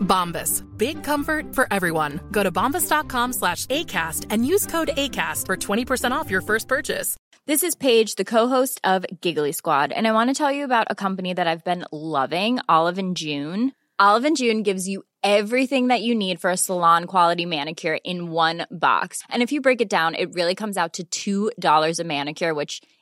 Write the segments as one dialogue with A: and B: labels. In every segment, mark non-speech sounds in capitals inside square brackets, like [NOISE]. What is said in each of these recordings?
A: Bombas. Big comfort for everyone. Go to bombas.com slash ACAST and use code ACAST for 20% off your first purchase.
B: This is Paige, the co-host of Giggly Squad, and I want to tell you about a company that I've been loving, Olive and June. Olive and June gives you everything that you need for a salon quality manicure in one box. And if you break it down, it really comes out to $2 a manicure, which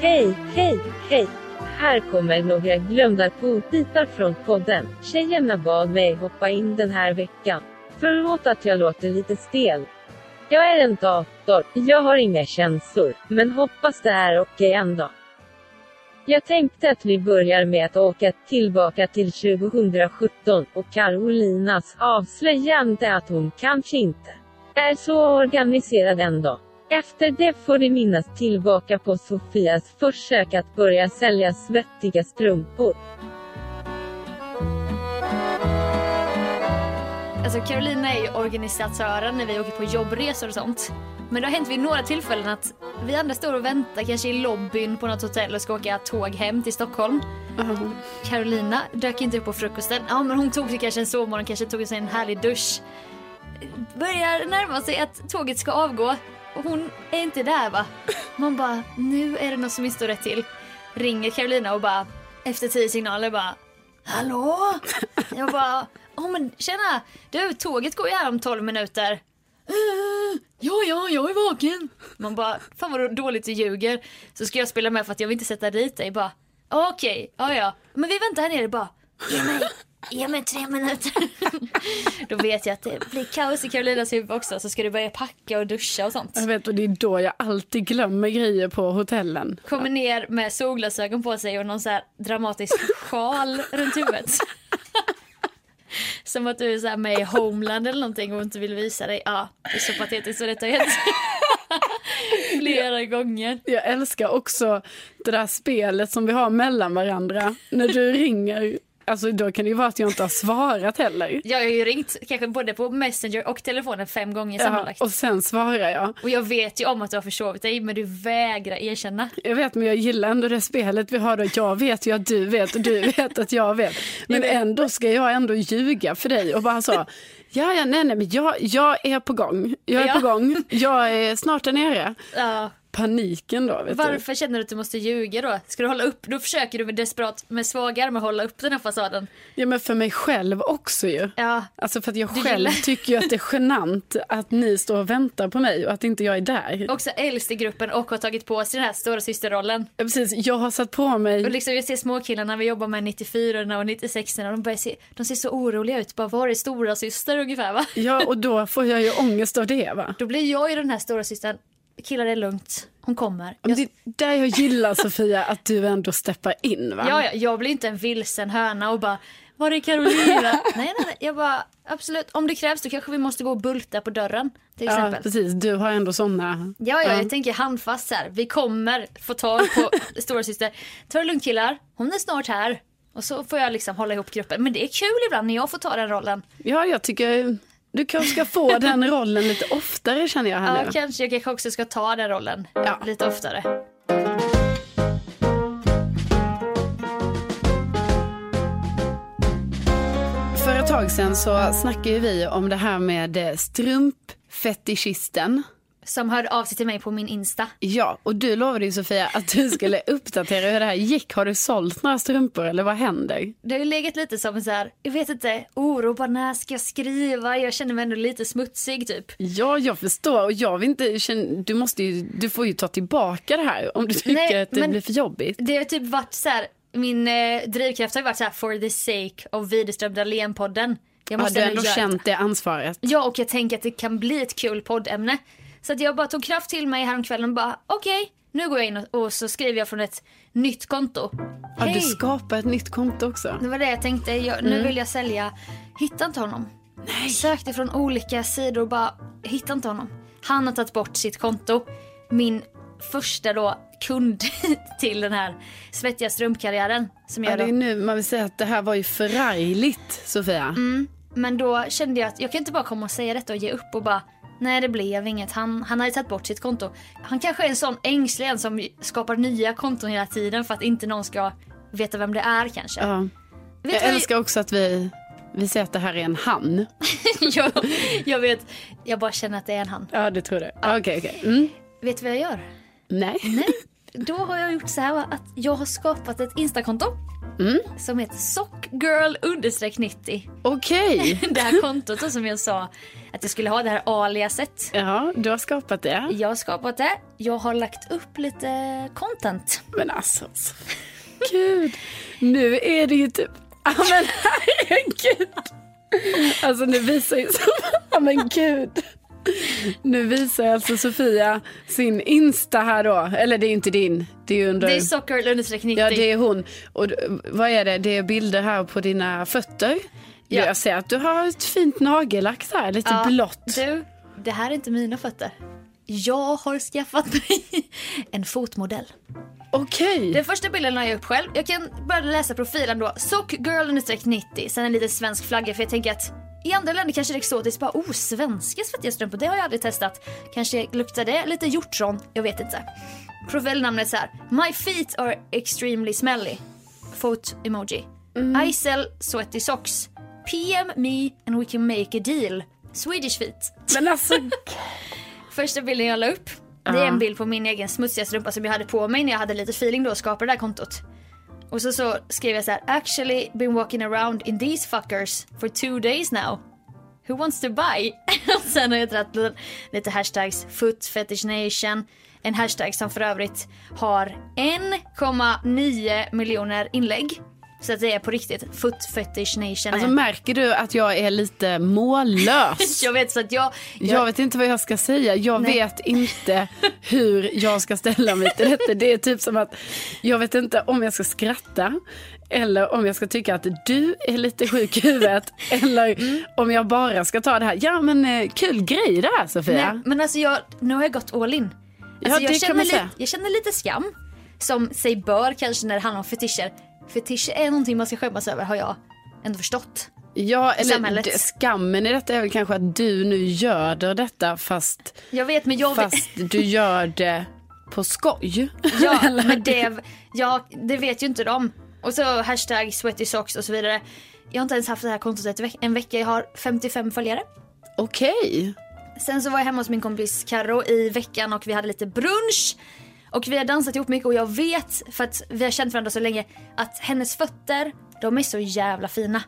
C: Hej, hej, hej! Här kommer några glömda godbitar från podden. Tjejerna bad mig hoppa in den här veckan. Förlåt att jag låter lite stel. Jag är en dator, jag har inga känslor, men hoppas det är okej ändå. Jag tänkte att vi börjar med att åka tillbaka till 2017 och Carolinas avslöjande att hon kanske inte är så organiserad ändå. Efter det får du minnas tillbaka på Sofias försök att börja sälja svettiga strumpor.
D: Alltså Carolina är ju organisatören när vi åker på jobbresor och sånt. Men det har hänt vid några tillfällen att vi andra står och väntar kanske i lobbyn på något hotell och ska åka tåg hem till Stockholm. Carolina dök inte upp på frukosten. Ja men hon tog sig kanske en sovmorgon, kanske tog sig en härlig dusch. Börjar närma sig att tåget ska avgå och hon är inte där va. Man bara, nu är det något som inte står rätt till. Ringer Carolina och bara, efter tio signaler bara, hallå? Jag bara, åh men tjena, du tåget går ju här om 12 minuter. "Eh, Ja, ja, jag är vaken. Man bara, fan vad dåligt du ljuger. Så ska jag spela med för att jag vill inte sätta dit dig. Bara, okej, ja, ja. Men vi väntar här nere bara. Ge mig, ge mig tre minuter. [LAUGHS] Då vet jag att det blir kaos i Carolinas huvud också. Så ska du börja packa och duscha och sånt.
E: Jag vet och det är då jag alltid glömmer grejer på hotellen.
D: Kommer ner med solglasögon på sig och någon så här dramatisk sjal runt huvudet. Som att du är så här med i Homeland eller någonting och inte vill visa dig. Ja, det är så patetiskt så det
C: [LAUGHS]
D: har hänt flera gånger.
E: Jag älskar också det där spelet som vi har mellan varandra. När du ringer, alltså då kan det ju vara att jag inte har svarat heller.
D: Jag har ju ringt kanske både på Messenger och telefonen fem gånger
E: Ja,
D: sammanlagt.
E: och sen svarar jag.
D: Och jag vet ju om att du har försovit dig men du vägrar erkänna.
E: Jag vet men jag gillar ändå det spelet vi har då. Jag vet ju att du vet och du vet att jag vet. Men ändå ska jag ändå ljuga för dig och bara så.
C: Ja, ja, nej, nej, men jag, jag är på gång. Jag är
D: Ja.
C: på gång. Jag är snart där nere.
D: Ja.
C: Paniken då, vet du.
D: Varför känner du att du måste ljuga då? Ska du hålla upp? Då försöker du med desperat med svaga armar hålla upp den här fasaden.
C: Ja, men för mig själv också ju.
D: Ja,
C: Alltså för att jag
D: Du
C: själv
D: gillar-
C: tycker ju att det är genant att ni står och väntar på mig och att inte jag är där.
D: också äldst i gruppen och har tagit på sig den här stora systerrollen.
C: Ja, Precis, jag har satt på
D: Och
C: mig.
D: liksom jag ser småkillarna vi jobbar med 94 och 96 och de börjar se, de ser så oroliga ut. Bara var är stora syster ungefär va?
C: Ja,
D: [LAUGHS]
C: och då får jag ju ångest av det va.
D: Då blir jag ju den här stora systern. Killar det är lugnt, hon kommer.
C: Men
D: Jag,
C: det är där jag gillar Sofia, att du ändå steppar in va.
D: ja, ja, jag blir inte en vilsen höna och bara var
C: [LAUGHS]
D: är Carolina? nej, nej, nej, jag bara absolut om det krävs då kanske vi måste gå och bulta på dörren till
C: ja
D: exempel.
C: precis. Du har ändå sådana.
D: Ja, ja, jag tänker handfast så här. Vi kommer få tag
C: [LAUGHS]
D: på storasyster. Ta det lugnt killar, hon är snart här. Och så får jag liksom hålla ihop gruppen. Men det är kul ibland när jag får ta den rollen.
C: Ja, jag tycker du kanske ska
A: [LAUGHS]
C: få den rollen lite oftare känner jag här
D: Ja,
C: nu.
D: kanske jag kanske också ska ta den rollen
C: Ja.
D: lite oftare.
C: För ett tag sedan så snackade ju vi om det här med eh, strumpfetischisten.
D: Som hörde av sig till mig på min Insta.
C: Ja, och du lovade ju Sofia att
A: [LAUGHS]
C: du skulle uppdatera hur det här gick. Har du sålt några strumpor eller vad händer?
D: Det har ju legat lite som så här, jag vet inte, oro, bara när ska jag skriva? Jag känner mig ändå lite smutsig typ.
C: Ja, jag förstår och jag vill inte, känn- du måste ju, du får ju ta tillbaka det här om du tycker
D: Nej,
C: att det
D: men-
C: blir för jobbigt.
D: Det har typ varit så här, min eh, drivkraft har ju varit så här, for the sake of Widerström Dahlén-podden. Jag
C: Ja, du har ändå
D: göra-
C: känt det ansvaret.
D: Ja, och jag tänker att det kan bli ett kul poddämne. Så att jag bara tog kraft till mig häromkvällen och bara okej, nu går jag in och, och så skriver jag från ett nytt konto.
C: Ja, du
D: Hej!
C: skapar ett nytt konto också.
D: Det var det jag tänkte, jag, nu
C: Mm.
D: vill jag sälja. Hitta inte honom. Nej. Sökte från olika sidor och bara hitta inte honom. Han har tagit bort sitt konto. Min första då kund [LAUGHS] till den här svettiga strumpkarriären som
C: Ja,
D: jag
C: det
D: då
C: är nu man vill säga att det här var ju förargligt, Sofia.
D: Men då kände jag att jag kan inte bara komma och säga detta och ge upp och bara Nej det blev inget, han, han hade tagit bort sitt konto. Han kanske är en sån ängslig en som skapar nya konton hela tiden för att inte någon ska veta vem det är kanske.
C: Ja.
D: Vet
C: Jag
D: du vad
C: älskar också att vi, vi säger att det här är en han.
D: [LAUGHS] jag, jag vet, jag bara känner att det är en han.
C: Ja, det tror du. Ja, Okej, okej. Mm.
D: Vet du vad jag
C: [LAUGHS]
D: gör?
C: Nej.
D: Nej. Då har jag gjort så här va, att jag har skapat ett instakonto.
C: Mm.
D: Som heter sockgirl-90.
C: Okej.
D: [LAUGHS] Det här kontot då som jag sa att jag skulle ha, det här aliaset.
C: Ja, du har skapat det.
D: Jag har skapat det. Jag har lagt upp lite content.
C: Men alltså, så- gud. Nu är det ju typ... Ja, men herregud. Alltså nu visar ju... Ja, men gud. Nu visar alltså Sofia sin Insta här då. Eller det är ju inte din. Det är ju under...
D: Det är Soccer understreck 90.
C: Ja, det är hon. Och d- vad är det? Det är bilder här på dina fötter.
D: Ja.
C: Jag ser att du har ett fint nagellack här, lite
D: Ja,
C: blått.
D: Du, det här är inte mina fötter. Jag har skaffat mig [LAUGHS] en fotmodell.
C: Okej.
D: Den första bilden la jag upp själv. Jag kan börja läsa profilen då. Sockgirl understreck 90. Sen en liten svensk flagga för jag tänker att i andra länder kanske det är exotiskt. Bara oh, svenska svettiga strumpor. Det har jag aldrig testat. Kanske luktar det lite hjortron. Jag vet inte. Profilnamnet så här. My feet are extremely smelly. Fot emoji. I sell sweaty socks. PM me and we can make a deal. Swedish feet.
C: Men alltså,
D: Första bilden jag la upp Det är en bild på min egen smutsiga strumpa som jag hade på mig när jag hade lite feeling då och skapade det här kontot. Och så, så skrev jag så här: Actually been walking around in these fuckers for two days now. Who wants to buy? [LAUGHS] och sen har jag dragit lite- lite hashtags foot fetish nation. En hashtag som för övrigt har 1,9 miljoner inlägg. Så att det är på riktigt foot fetish nation.
C: alltså
D: är-
C: märker du att jag är lite mållös?
D: jag vet så att jag,
C: Jag vet inte vad jag ska säga. Jag vet inte hur jag ska ställa mig till detta. Det är typ som att jag vet inte om jag ska skratta eller om jag ska tycka att du är lite sjuk i huvudet eller om jag Mm. bara ska ta det här. Ja, men eh, kul grej det här, Sofia.
D: Nej, men alltså jag, nu har jag gått all in. Alltså
C: det kan
D: jag, känner
C: man
D: lite,
C: säga.
D: jag känner lite skam, som sig bör kanske när det handlar om fetischer. Fetischer är någonting man ska skämmas över har jag ändå förstått.
C: Ja, eller
D: samhället.
C: d- skammen i detta är väl kanske att du nu gör detta fast,
D: Jag vet men jag
C: fast du gör det på skoj.
D: Ja,
C: [LAUGHS]
D: men det, ja, det vet ju inte de. Och så hashtag sweaty socks och så vidare. Jag har inte ens haft det här kontot ett veck- en vecka. Jag har 55 följare.
C: Okej.
D: Sen så var jag hemma hos min kompis Karo i veckan och vi hade lite brunch. Och vi har dansat ihop mycket och jag vet, för att vi har känt varandra så länge, att hennes fötter, de är så jävla fina.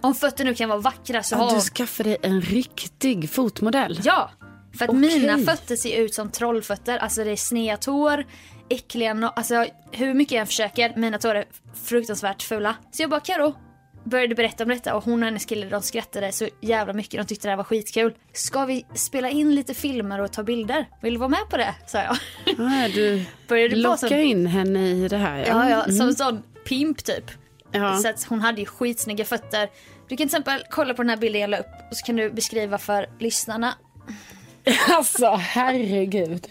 D: Om fötter nu kan vara vackra så har
C: Ja,
D: hon...
C: du skaffade dig en riktig fotmodell.
D: Ja! För att
C: Okej.
D: mina fötter ser ut som trollfötter. Alltså det är sneda tår, äckliga no- Alltså hur mycket jag än försöker, mina tår är fruktansvärt fula. Så jag bara Karo började berätta om detta och hon och hennes kille de skrattade så jävla mycket. De tyckte det här var skitkul. Ska vi spela in lite filmer och ta bilder? Vill du vara med på det? Sa jag.
C: Ah, du
D: Började på som-
C: lockar in henne i det här.
D: [LAUGHS] Ja, ja,
C: Mm.
D: som en sån pimp typ.
C: Ja.
D: Så att hon hade ju skitsnygga fötter. Du kan till exempel kolla på den här bilden jag la upp och så kan du beskriva för lyssnarna.
C: [LAUGHS] Alltså, herregud.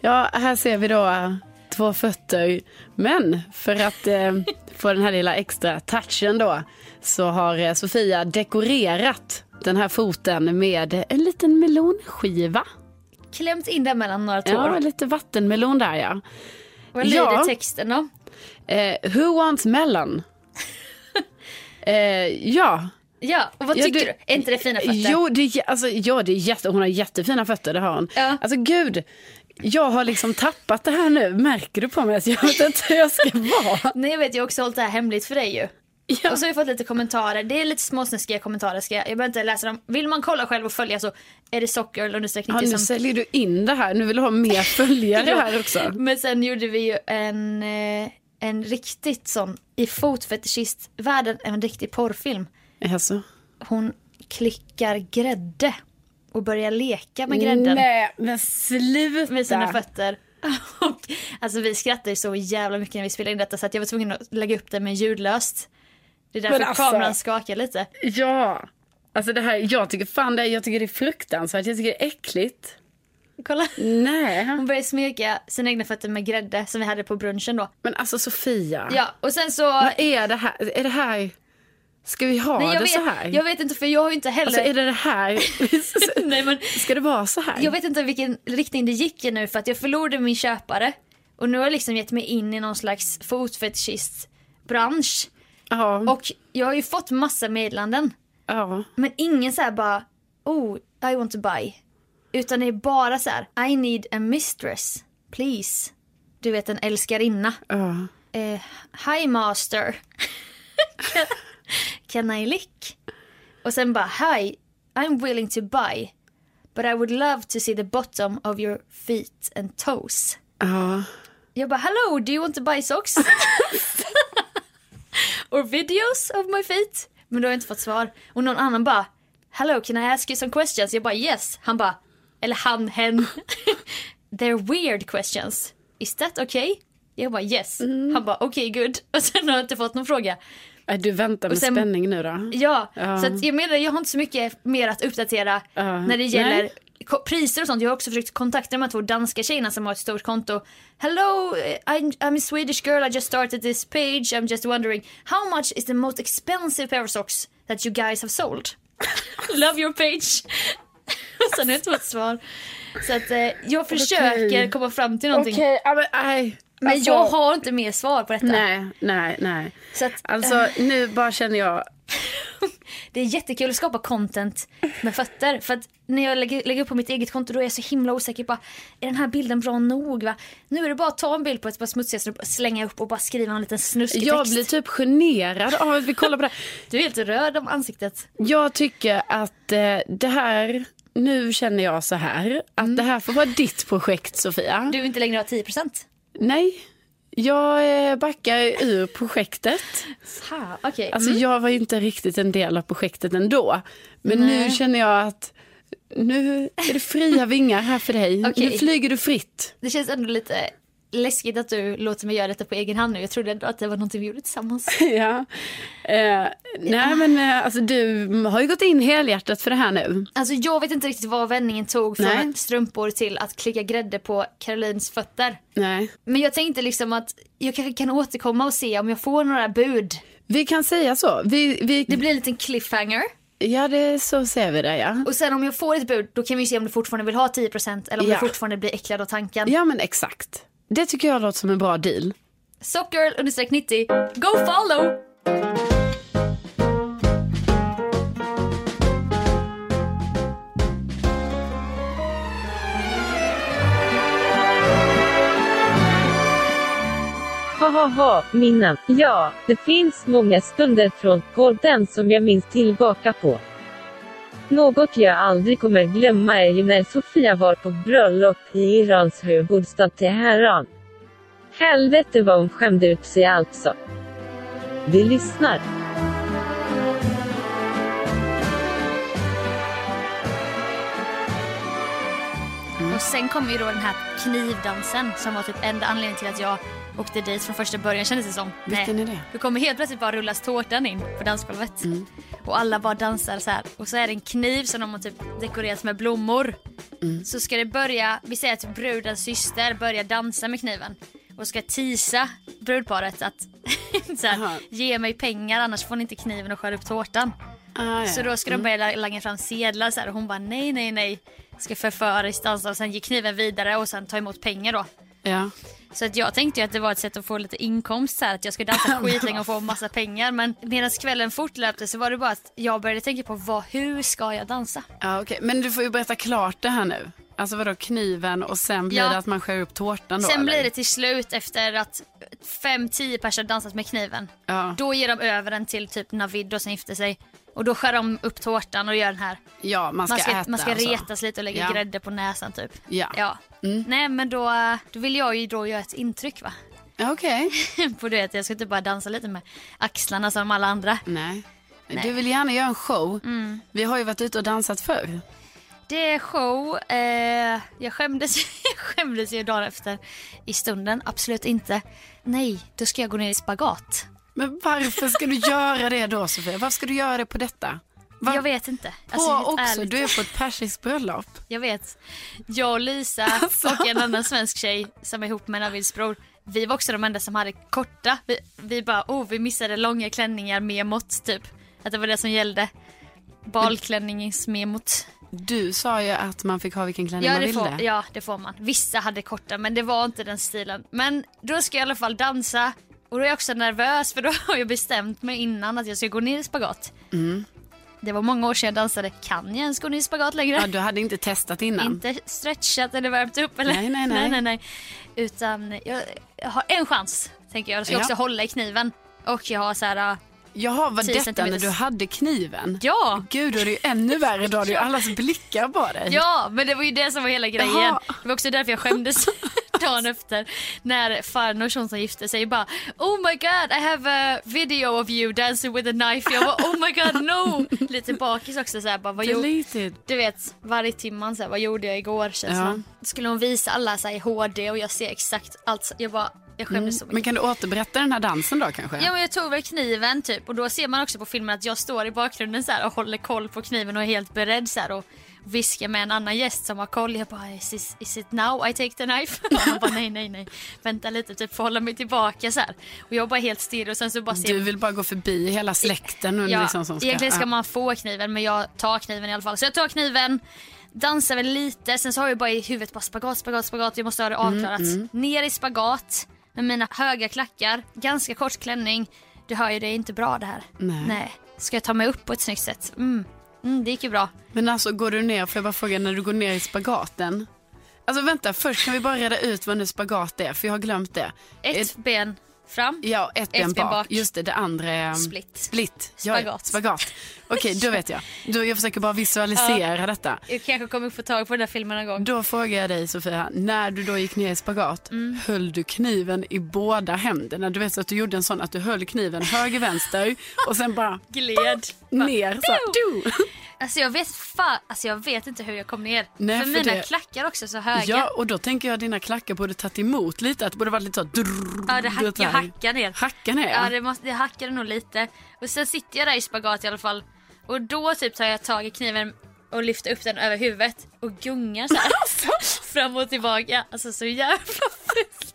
C: Ja, här ser vi då eh, två fötter. Men för att eh, få den här lilla extra touchen då så har eh, Sofia dekorerat den här foten med en liten melonskiva.
D: Klämt in den mellan några tår.
C: Ja, lite vattenmelon där ja.
D: Vad lyder
C: Ja.
D: texten då?
C: Eh, who wants [LAUGHS] melon? eh, ja.
D: Ja, och vad
C: Ja,
D: tycker
C: du-
D: du... Är inte det fina fötter?
C: Jo, det är, jä- alltså, ja, det är jätte, hon har jättefina fötter, det har hon.
D: Ja.
C: Alltså gud, jag har liksom tappat det här nu. Märker du på mig att jag vet inte hur jag [LAUGHS] ska vara?
D: Nej, jag vet, jag har också hållit det här hemligt för dig ju.
C: Ja.
D: Och så har jag fått lite kommentarer. Det är lite småsnuskiga kommentarer. Ska jag, jag behöver inte läsa dem. Vill man kolla själv och följa så är det socker eller understreck
C: Ja,
D: 90
C: nu
D: som...
C: säljer du in det här, nu vill du ha
D: [LAUGHS]
C: mer följare
D: Ja.
C: här också.
D: Men sen gjorde vi ju en, eh, en riktigt sån i fotfetishistvärlden, en riktig porrfilm.
C: Alltså.
D: Hon klickar grädde och börjar leka med grädden.
C: Nej, men sluta.
D: med sina fötter. [LAUGHS] Och, alltså vi skrattade så jävla mycket när vi spelade in detta så att jag var tvungen att lägga upp det med ljudlöst. Det är därför
C: Men alltså-
D: kameran skakar lite.
C: Ja. Alltså det här, jag tycker fan det, jag tycker det är fruktansvärt, jag tycker det är äckligt.
D: Kolla.
C: Nej.
D: Hon började smeka sina egna fötter med grädde som vi hade på brunchen då.
C: Men alltså Sofia.
D: Ja, och sen så...
C: Vad är det här? Är det här... Ska vi ha
D: jag,
C: det
D: vet,
C: så här?
D: jag vet inte för jag har ju inte heller...
C: Alltså är det det här?
D: [LAUGHS] Nej, men,
C: Ska det vara så här?
D: jag vet inte vilken riktning det gick i nu för att jag förlorade min köpare. Och nu har jag liksom gett mig in i någon slags fotfetischistbransch.
C: Ja.
D: Och jag har ju fått massa meddelanden.
C: ja.
D: Men ingen så här bara, oh, I want to buy. Utan det är bara så här, I need a mistress, please. Du vet en älskarinna.
C: ja.
D: Eh, hi master. Can I lick? Och sen bara, hi, I'm willing to buy. But I would love to see the bottom of your feet and toes.
C: ja.
D: Jag bara, hello, do you want to buy socks? Or videos of my feet? Men då har jag inte fått svar. Och någon annan bara, hello, can I ask you some questions? Jag bara, yes. Han bara, eller han, hen. They're weird questions. Is that okay? Jag bara, yes. Han bara, okay, good. Och sen har jag inte fått någon fråga.
C: Äh, Du väntar med
D: sen-
C: spänning nu då.
D: Ja,
C: Ja.
D: så att jag menar, jag har inte så mycket mer att uppdatera
C: Ja.
D: när det gäller
C: Nej.
D: ko- priser och sånt. Jag har också försökt kontakta de här två danska tjejerna som har ett stort konto. Hello, eh, I'm, I'm a Swedish girl, I just started this page, I'm just wondering how much is the most expensive pair of socks that you guys have sold? [LAUGHS] Love your page. [LAUGHS] Och Sen har jag inte fått svar. Så att eh, jag försöker
C: Okej.
D: komma fram till någonting.
C: ja, men nej.
D: Men
C: Alltså,
D: jag har inte mer svar på detta.
C: Nej, nej, nej.
D: Så att,
C: Alltså nu bara känner jag,
D: Det är jättekul att skapa content med fötter. För att när jag lägger, lägger upp på mitt eget konto då är jag så himla osäker. Bara, är den här bilden bra nog? Va? Nu är det bara att ta en bild på ett par smutsiga strumpor, slänga upp och bara skriva en liten snuskig
C: jag
D: text.
C: blir typ generad av att vi kollar på det här.
D: Du är helt röd om ansiktet.
C: Jag tycker att eh, det här, nu känner jag så här, att det här får vara ditt projekt Sofia.
D: Du vill inte längre ha 10%.
C: Nej, jag eh, backar ur projektet.
D: Ha, okej.
C: Alltså jag var ju inte riktigt en del av projektet ändå. Men nu känner jag att nu är det fria vingar här för dig.
D: Okej.
C: Nu flyger du fritt.
D: Det känns ändå lite läskigt att du låter mig göra detta på egen hand nu. Jag trodde ändå att det var någonting vi gjorde tillsammans.
C: [LAUGHS] Ja. Eh, nej men eh, alltså du har ju gått in helhjärtat för det här nu.
D: Alltså jag vet inte riktigt vad vändningen tog från
C: Nej.
D: strumpor till att klicka grädde på Carolines fötter.
C: Nej.
D: Men jag tänkte liksom att jag kanske kan återkomma och se om jag får några bud.
C: Vi kan säga så. Vi, vi,
D: Det blir en liten cliffhanger.
C: Ja det, så ser vi det ja.
D: Och sen om jag får ett bud då kan vi se om du fortfarande vill ha 10% eller om
C: Ja.
D: du fortfarande blir äcklad av tanken.
C: Ja men exakt. Det tycker jag låter som en bra deal.
D: Sockgirl-90, go follow!
C: Ha ha ha, minnen. Ja, det finns många stunder från podden som jag minns tillbaka på. Något jag aldrig kommer glömma är ju när Sofia var på bröllop i Irans huvudstad Teheran. Helvete vad hon skämde ut sig alltså. Vi lyssnar.
E: Mm.
D: Och sen kom ju då den här knivdansen som var typ enda anledningen till att jag åkte dit från första början kändes det som.
E: Vilken är det? Mm.
D: Du kommer helt plötsligt bara rullas tårtan in på dansgolvet. Och alla bara dansar så här. Och så är det en kniv som de har typ dekorerat med blommor.
E: Mm.
D: Så ska det börja, vi säger att brudens syster börjar dansa med kniven. Och ska tisa brudparet att [LAUGHS] så
E: Aha.
D: här, ge mig pengar annars får ni inte kniven och skär upp tårtan.
E: Ah, ja.
D: Så då ska de börja la- langa fram sedlar så här, och hon bara nej, nej, nej. Ska förföra i stansen och sen ge kniven vidare och sen ta emot pengar då.
E: ja.
D: Så att jag tänkte ju att det var ett sätt att få lite inkomst så här, att jag skulle
E: [LAUGHS]
D: dansa skitlänge och få massa pengar. Men medan kvällen fortlöpte så var det bara att jag började tänka på vad, hur ska jag dansa?
E: Ja, Ah, okej. Men du får ju berätta klart det här nu. Alltså vadå kniven och sen blir
D: Ja.
E: det att man skär upp tårtan då?
D: sen
E: eller?
D: blir det till slut efter att fem, tio personer dansat med kniven.
E: Ja.
D: Då ger de över den till typ Navid då som gifte sig. Och då skär de upp tårtan och gör den här.
E: Ja, man ska,
D: Man ska,
E: äta
D: man ska
E: alltså.
D: retas lite och lägga
E: Ja.
D: grädde på näsan typ.
E: Ja. Mm.
D: Ja. Nej men då, då vill jag ju då göra ett intryck va. [LAUGHS]
E: Ja, Okej.
D: på det att jag ska typ bara dansa lite med axlarna som alla andra.
E: Nej. Du vill gärna göra en show.
C: Mm.
E: Vi har ju varit ute och dansat förr.
D: Det är show. Eh, jag, skämdes, jag skämdes ju [LAUGHS] dagen efter. I stunden, absolut inte. Nej, då ska jag gå ner i spagat.
E: Men varför
C: [LAUGHS]
E: ska du göra det då Sofia? Varför ska du göra det på detta? Var...
D: Jag vet inte.
E: På
D: Alltså, helt
E: också,
D: ärligt.
E: du är på ett persiskt bröllop.
D: Jag vet. Jag och Lisa och en annan svensk tjej som är ihop med Navids bror. Vi var också de enda som hade korta. Vi, vi bara, oh vi missade långa klänningar med mått typ. Att det var det som gällde. Balklänningsmemot.
E: Du sa ju att man fick ha vilken klänning
D: Ja
E: man
D: det,
E: ville.
D: får, ja det får man. Vissa hade korta men det var inte den stilen. Men då ska jag i alla fall dansa och då är jag också nervös för då [LAUGHS] har jag bestämt mig innan att jag ska gå ner i spagat. Det var många år sedan jag dansade. Kan jag ens gå ner i spagat längre?
E: Ja, du hade inte testat innan.
D: Inte stretchat eller värmt upp eller?
E: Nej, nej, nej.
D: [LAUGHS] nej, Utan jag, jag har en chans tänker jag. Jag ska
E: Ja.
D: också hålla i kniven. Och jag har så här, äh,
E: Jaha, var
D: 10
E: detta när
D: centimeters.
E: du hade kniven?
D: ja,
E: Gud, då är det ju ännu värre. Då har du ju allas blickar på dig.
D: ja men det var ju det som var hela grejen.
E: Jaha.
D: Det var också därför
E: [LAUGHS]
D: jag skämdes dagen efter. När farnors hon som gifte sig bara Oh my god I have a video of you dancing with a knife. Jag bara oh my god
E: [LAUGHS]
D: no. Lite bakis också så här, bara, vad gjorde
E: Deleted.
D: Du vet, varje timman så här, vad gjorde jag igår känns
E: Ja.
D: ja. Skulle hon visa alla så här, i HD och jag ser exakt allt. Jag bara, jag skämdes så mycket.
E: Mm. Men kan du återberätta den här dansen då kanske?
D: Ja men jag tog väl kniven typ och då ser man också på filmen att jag står i bakgrunden så här och håller koll på kniven och är helt beredd så här och viskar med en annan gäst som har koll. Jag bara is, this, is it now I take the knife? [LAUGHS] Och han bara nej nej nej vänta lite typ får hålla mig tillbaka så här. Och jag bara helt stirrig och sen så bara ser
E: Du vill bara gå förbi hela släkten. Och
D: Ja,
E: liksom som ska,
D: egentligen ska
E: ja.
D: man få kniven men jag tar kniven i alla fall. Så jag tar kniven, dansar väl lite, sen så har jag bara i huvudet bara spagat, spagat, spagat. Jag måste ha det
E: Mm,
D: avklarat. Ner i spagat med mina höga klackar, ganska kort klänning. Du hör ju, det är inte bra det här.
E: Nej.
D: Ska jag ta mig upp på ett snyggt sätt? Mm. Mm, det gick ju bra.
E: Men alltså går du ner, får jag bara fråga, när du går ner i spagaten. Alltså vänta, först kan vi bara reda ut vad nu spagat är, för jag har glömt det.
D: Ett, ben fram.
E: ja, ett, ben, bak. Just det, det andra är...
D: Split.
E: Split. Ja,
D: Spagat.
E: spagat. Okej, då vet jag. Då, jag försöker bara visualisera detta.
D: Jag kanske kommer få tag på den där filmen någon gång.
E: Då frågar jag dig Sofia, när du då gick ner i spagat,
D: Mm.
E: höll du kniven i båda händerna? Du vet så att du gjorde en sån att du höll kniven höger, vänster och sen bara
D: Gled.
E: ner. Så här, du.
D: Alltså jag vet fa- alltså jag vet inte hur jag kom ner.
E: Nej,
D: för,
E: för
D: mina
E: det-
D: klackar också så höga.
E: Ja, och då tänker jag att dina klackar borde tagit emot lite, att det borde varit lite så drrrr,
D: Ja, det hack,
E: du vet, så
D: jag
E: här.
D: hackar ner.
E: Hacka ner?
D: Ja, det, måste, det hackade nog lite. Och sen sitter jag där i spagat i alla fall. Och då typ tar jag tag i kniven och lyfter upp den över huvudet och gungar
E: [LAUGHS]
D: så här.
E: Alltså.
D: fram och tillbaka. Alltså så jävla fult.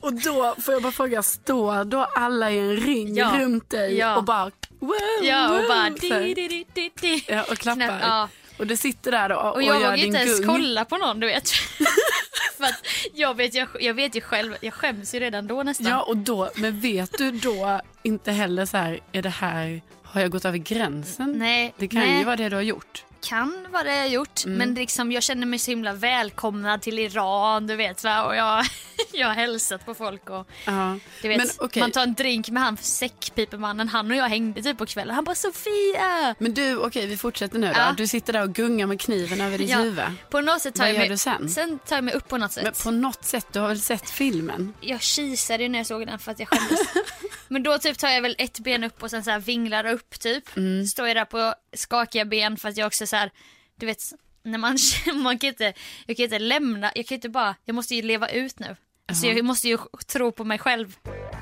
E: Och då får jag bara fråga, står då alla i en ring
D: Ja.
E: runt dig
D: Ja.
E: och bara wow,
D: Ja, och
E: wow,
D: bara...
E: så här.
D: Di, di, di, di, di.
E: Ja, och klappar.
D: Knä- ja.
E: Och du sitter där och, och,
D: Och jag
E: gör
D: vågar
E: din
D: inte ens
E: gung.
D: kolla på någon du vet. [LAUGHS] För att jag, vet jag, jag vet ju själv, jag skäms ju redan då nästan.
E: Ja, och då, men vet du då inte heller så här, är det här, har jag gått över gränsen?
D: Nej,
E: Det kan
D: nej.
E: ju vara det du har gjort.
D: kan vad det
E: Mm.
D: har gjort men liksom, jag [LAUGHS] känner mig så himla välkomnad till Iran du vet va och jag, Jag har hälsat på folk och
E: Ja.
D: du vet,
E: Men okej.
D: man tar en drink med han säckpipemannen. Han och jag hängde typ på kvällen. Han bara Sofia!
E: Men du, okej vi fortsätter nu då.
D: Ja.
E: Du sitter där och gungar med kniven över ditt
D: Ja,
E: huvud.
D: På något sätt tar
E: Vad
D: jag
E: gör
D: mig,
E: du sen?
D: tar jag mig upp på något sätt.
E: Men på något sätt, du har väl sett filmen?
D: Jag kisade ju när jag såg den för att
E: [LAUGHS]
D: jag skämdes. Men då typ tar jag väl ett ben upp och sen så här vinglar jag upp typ.
E: Mm.
D: Står jag där på skakiga ben för att jag också så här, du vet, när man, [LAUGHS] man kan inte, jag kan inte lämna, jag kan inte bara, jag måste ju leva ut nu. Så jag måste ju tro på mig själv.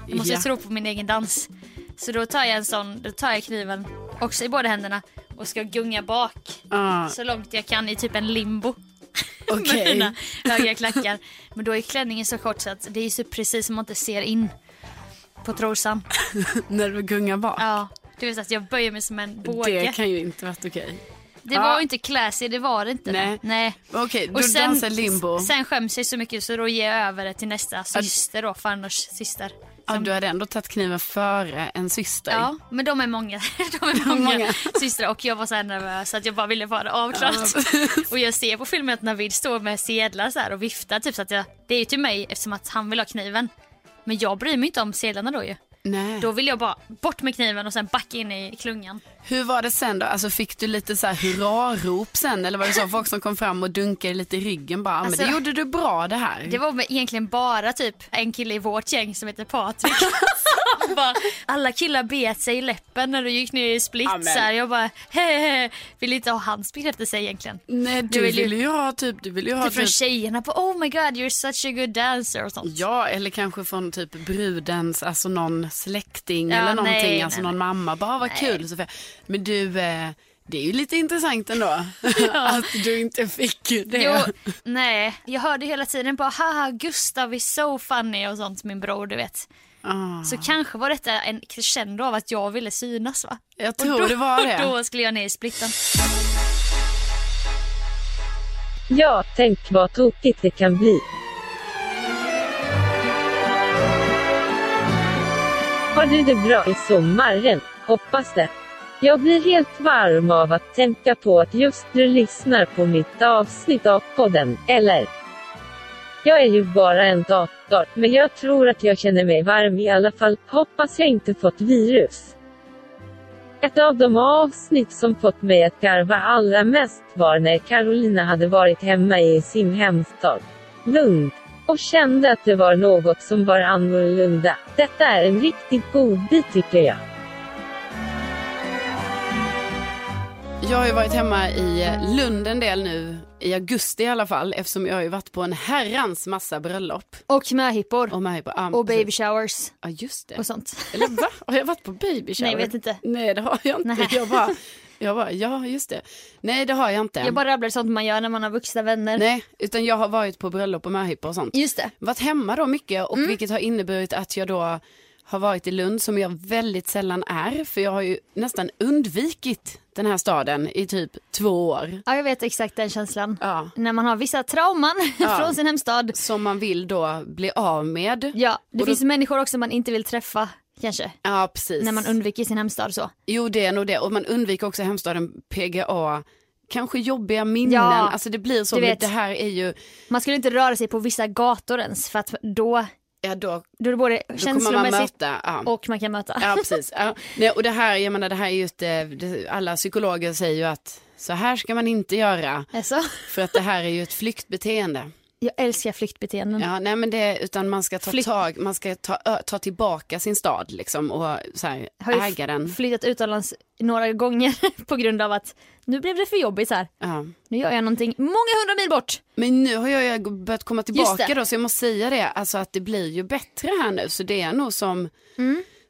D: Jag måste
E: Ja.
D: ju tro på min egen dans. Så då tar jag en sån, då tar jag kniven också i båda händerna och ska gunga bak
E: Ja,
D: så långt jag kan i typ en limbo med
E: okej. [LAUGHS]
D: mina höga klackar. Men då är klänningen så kort så att det är ju så precis som man inte ser in på trosan.
E: När du gungar bak.
D: Ja, det vill säga att jag böjer mig som en båge.
E: Det
D: Det,
E: kan ju inte varit okej.
D: var
E: Ja.
D: ju inte classy, det var det inte.
E: Nej.
D: Nej.
E: Okej, du dansar limbo.
D: Sen skäms jag så mycket så då ger jag över det till nästa syster då, Fannors syster.
E: ja, du hade ändå tagit kniven före en syster.
D: Ja, men de är många, [LAUGHS] de är många,
E: många.
D: systrar och jag var så här nervös så att jag bara ville få det avklarat. och jag ser på filmen att Navid står med sedlar så här och viftar typ så att jag, det är ju till mig eftersom att han vill ha kniven. Men jag bryr mig inte om sedlarna då ju.
E: Nej.
D: Då vill jag bara bort med kniven och sen backa in i klungan.
E: Hur var det sen då? Alltså, fick du lite så här hurrarop sen? Eller var det
D: [LAUGHS]
E: så folk som kom fram och dunkade lite i ryggen bara, "Ah,
D: Alltså,
E: men det gjorde du bra det här.
D: Det var väl egentligen bara typ en kille i vårt gäng som heter Patrik. [LAUGHS] som bara, alla killar bet sig i läppen när du gick ner i split.
E: Amen.
D: Så här, jag bara, hehehe, vill inte ha hans bekräftelse egentligen.
E: Nej, du
D: vill ju-
E: ville ju ha typ, du ville ju ha
D: Typ från
E: typ,
D: tjejerna på oh my god you're such a good dancer och sånt.
E: ja eller kanske från typ brudens, alltså någon släkting
D: Ja,
E: eller någonting,
D: nej,
E: alltså
D: nej,
E: någon mamma. Bara vad kul Sofia. Men du, eh, det är ju lite intressant
D: [LAUGHS]
E: ändå [LAUGHS] att du inte fick ju det.
D: Jo, [LAUGHS] nej, jag hörde hela tiden bara haha Gustav is so funny och sånt min bror du vet.
E: Ah,
D: Så kanske var detta en crescendo av att jag ville synas va?
E: jag
D: Och
E: tror
D: [LAUGHS] då,
E: det var det.
D: Då skulle jag ner i splitten.
C: Ja, tänk vad tokigt det kan bli. Har du det bra i sommaren? Hoppas det. Jag blir helt varm av att tänka på att just du lyssnar på mitt avsnitt av podden, eller? Jag är ju bara en dator, men jag tror att jag känner mig varm i alla fall. Hoppas jag inte fått virus. Ett av de avsnitt som fått mig att garva allra mest var när Carolina hade varit hemma i sin hemstad, Lund, och kände att det var något som var annorlunda. Detta är en riktigt god bit tycker jag.
E: Jag har ju varit hemma i Lund en del nu, i augusti i alla fall, eftersom jag har ju varit på en herrans massa bröllop.
D: Och möhippor.
E: Och, med på, ah,
D: Och baby showers
E: Ja, just det.
D: och sånt.
E: Eller va? Har jag varit på baby shower?
D: Nej, vet inte.
E: Nej, det har jag inte.
D: Nej.
E: Jag
D: [LAUGHS]
E: bara, jag bara, ja, just det. Nej, det har jag inte.
D: Jag bara rabblar sånt man gör när man har vuxna vänner.
E: Nej, utan jag har varit på bröllop och möhippa och sånt.
D: Just det.
E: Varit hemma då mycket
D: Mm.
E: och vilket har inneburit att jag då har varit i Lund som jag väldigt sällan är. För jag har ju nästan undvikit den här staden i typ två år.
D: Ja, jag vet exakt den känslan.
E: Ja.
D: När man har vissa trauman [LAUGHS] från sin hemstad.
E: Som man vill då bli av med.
D: Ja,
E: Och
D: det
E: då-
D: finns människor också man inte vill träffa kanske.
E: Ja, precis.
D: När man undviker sin hemstad så.
E: Jo, det är nog det. Och man undviker också hemstaden PGA. Kanske jobbiga minnen.
D: Ja,
E: alltså det blir så.
D: du
E: men
D: vet.
E: Det här är ju,
D: Man skulle inte röra sig på vissa gator ens för att då,
E: ja då,
D: då är det både
E: då kommer man
D: känslomässigt
E: möta. Ja.
D: och man kan möta.
E: Ja,
D: [LAUGHS]
E: precis. Ja. Nej, och det här, jag menar, det här är just, eh, det, alla psykologer säger ju att så här ska man inte göra.
D: Alltså,
E: För att det här är ju ett flyktbeteende.
D: jag älskar flyktbeteenden.
E: Ja, nej men det, utan man ska ta
D: Flykt-
E: tag, man ska ta, ö, ta tillbaka sin stad liksom och så här,
D: Jag har ju
E: äga den.
D: f- flyttat utomlands några gånger [LAUGHS] på grund av att nu blev det för jobbigt här.
E: Ja.
D: Nu gör jag någonting många hundra mil bort.
E: Men nu har jag ju börjat komma
D: det.
E: tillbaka då, så jag måste säga det, alltså att det blir ju bättre här nu, så det är nog som,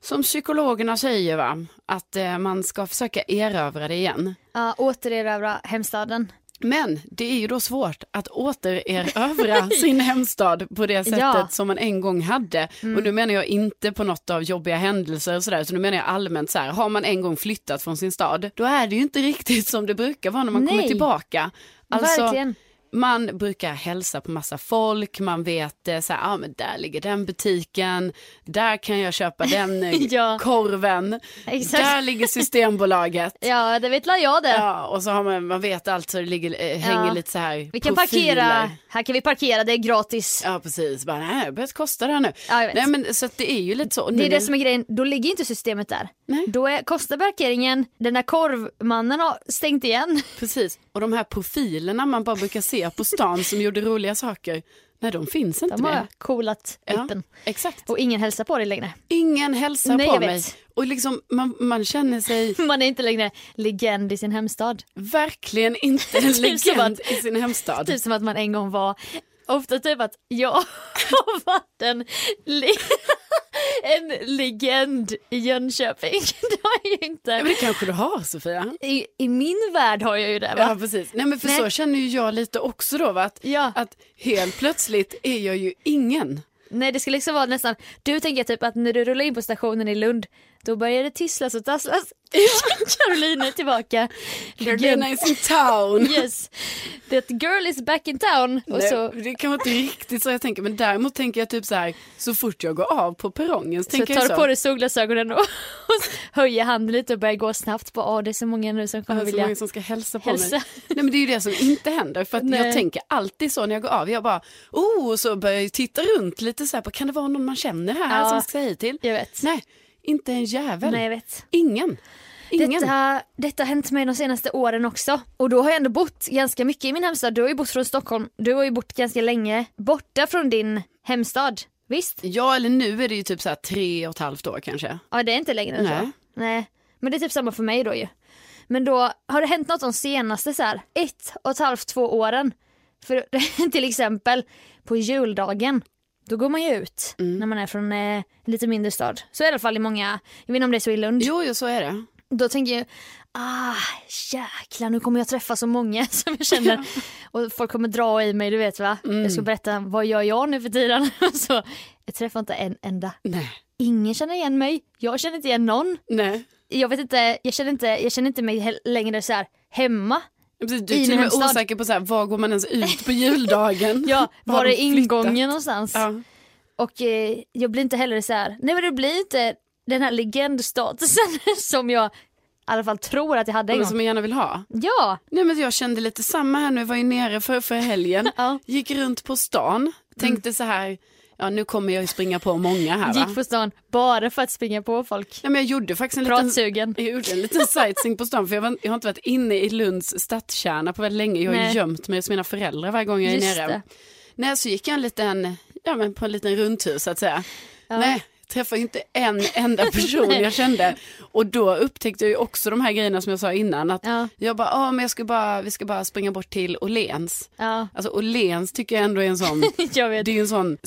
E: som psykologerna säger va, att eh, man ska försöka erövra det igen.
D: Ja, återerövra hemstaden.
E: Men det är ju då svårt att
D: [LAUGHS]
E: återerövra sin hemstad på det sättet
D: Ja. Mm.
E: som man en gång hade. Och nu menar jag inte på något av jobbiga händelser och sådär, utan nu menar jag allmänt så här, har man en gång flyttat från sin stad, då är det ju inte riktigt som det brukar vara när man
D: Nej.
E: kommer tillbaka. Alltså,
D: Verkligen.
E: man brukar hälsa på massa folk, man vet eh, så här, ah, men där ligger den butiken, där kan jag köpa
D: [LAUGHS]
E: den eh,
D: Ja.
E: korven,
D: Exakt.
E: där ligger Systembolaget.
D: [LAUGHS] Ja, det vet la jag det.
E: Ja, och så har man, man vet allt så det ligger, eh, hänger
D: Ja.
E: lite så här
D: Vi kan
E: profiler.
D: parkera, här kan vi parkera, det är gratis.
E: Ja precis, bara nej, det börjar kosta det här nu.
D: Ja, jag vet.
E: nej men så att det är ju lite så.
D: Det är det som är grejen, då ligger inte systemet där.
E: Nej.
D: Då är, kostar parkeringen, den där korvmannen har stängt igen.
E: Precis, och de här profilerna man bara brukar se på stan som gjorde roliga saker, nej de finns inte
D: De har
E: mer.
D: coolat
E: Ja,
D: appen.
E: exakt.
D: Och ingen hälsar på dig längre.
E: Ingen hälsar
D: Nej,
E: på
D: jag vet.
E: mig. Och liksom, man, man känner sig
D: [LAUGHS] Man är inte längre legend i sin hemstad.
E: verkligen
D: [LAUGHS]
E: inte en
D: Typ som
E: legend
D: att-
E: i sin hemstad.
D: Typ som att man en gång var, ofta typ att jag [LAUGHS] har varit en, le- [LAUGHS] en legend i Jönköping. [LAUGHS] Det har jag ju
E: Ja,
D: inte.
E: men det kanske du har Sofia.
D: I, I min värld har jag ju det
E: Ja
D: va?
E: precis, nej men för
D: Nej.
E: så känner ju jag lite också då va, att,
D: Ja.
E: att helt plötsligt är jag ju ingen.
D: Nej det ska liksom vara nästan, du tänker typ att när du rullar in på stationen i Lund då börjar det tisslas och tasslas. [LAUGHS] Caroline är tillbaka.
E: Carolina is in town.
D: [LAUGHS] Yes, that girl is back in town. Och
E: Nej,
D: så,
E: Det kan vara inte riktigt så jag tänker men däremot tänker jag typ så här så fort jag går av på perrongen så
D: så
E: tänker
D: tar
E: jag
D: du
E: så.
D: på dig solglasögonen och [LAUGHS] höjer handen lite och börjar gå snabbt. Bara, "Åh, det är så många nu som
E: Det
D: kommer
E: är så
D: vilja.
E: många som ska hälsa på
D: hälsa.
E: mig. Nej men det är ju det som inte händer för att jag
D: Nej.
E: tänker alltid så när jag går av. Jag bara oh och så börjar jag ju titta runt lite så här på kan det vara någon man känner här
D: Ja,
E: som ska hit till?
D: jag vet.
E: Nej, inte en jävel.
D: Nej jag vet.
E: Ingen. Ingen.
D: Detta, detta har hänt mig de senaste åren också. Och då har jag ändå bott ganska mycket i min hemstad. Du har ju bott från Stockholm. Du har ju bott ganska länge borta från din hemstad. Visst?
E: Ja eller nu är det ju typ så här tre och ett halvt år kanske.
D: Ja det är inte längre än
E: Nej.
D: så. Nej. Men det är typ samma för mig då ju. Men då har det hänt något de senaste så här, ett och ett halvt, två åren. För [LAUGHS] till exempel på juldagen. Då går man ju ut
E: Mm.
D: när man är från eh, lite mindre stad. Så i alla fall i många, jag vet inte om det är så i Lund.
E: Jo, jo så är det.
D: Då tänker jag, ah jäklar nu kommer jag träffa så många [LAUGHS] som jag känner. Och folk kommer dra i mig, du vet va. Jag
E: Mm.
D: ska berätta, vad gör jag nu för tiden? [LAUGHS] så, jag träffar inte en enda.
E: Nej. Mm.
D: Ingen känner igen mig, jag känner inte igen någon
E: Nej.
D: jag vet inte, jag känner inte, jag känner inte mig he- längre så här hemma.
E: Precis, du
D: I
E: är
D: min
E: till och med
D: hemstad.
E: osäker på så här, var går man ens ut på juldagen? [LAUGHS]
D: [LAUGHS] Ja, var
E: har
D: är
E: de flyttat?
D: ingången någonstans?
E: Ja.
D: Och eh, jag blir inte heller så här, nej men det blir inte den här legendstatusen [LAUGHS] som jag i alla fall tror att jag hade en
E: Men som
D: gång.
E: jag gärna vill ha.
D: Ja,
E: Nej men jag kände lite samma här nu, jag var ju nere för, för helgen,
D: Ja.
E: gick runt på stan, tänkte så här, ja nu kommer jag ju springa på många här va?
D: gick på stan bara för att springa på folk.
E: Nej, men jag gjorde faktiskt en liten,
D: Pratsugen.
E: jag gjorde en liten sightseeing på stan för jag, var, jag har inte varit inne i Lunds stadskärna på väldigt länge, jag har
D: Nej.
E: ju gömt mig hos mina föräldrar varje gång jag är
D: Just
E: nere.
D: det.
E: Nej så gick jag en liten, ja men på en liten rundtur så att säga. Nej, träffade ju inte en
D: [LAUGHS]
E: enda person jag kände. Och då upptäckte jag ju också de här grejerna som jag sa innan. Att
D: Ja.
E: Jag bara, ah, men jag ska bara, vi ska bara springa bort till Åhléns.
D: Ja, [LAUGHS]
E: Alltså Åhléns tycker jag ändå är en sån,
D: jag vet.
E: det är ju en sån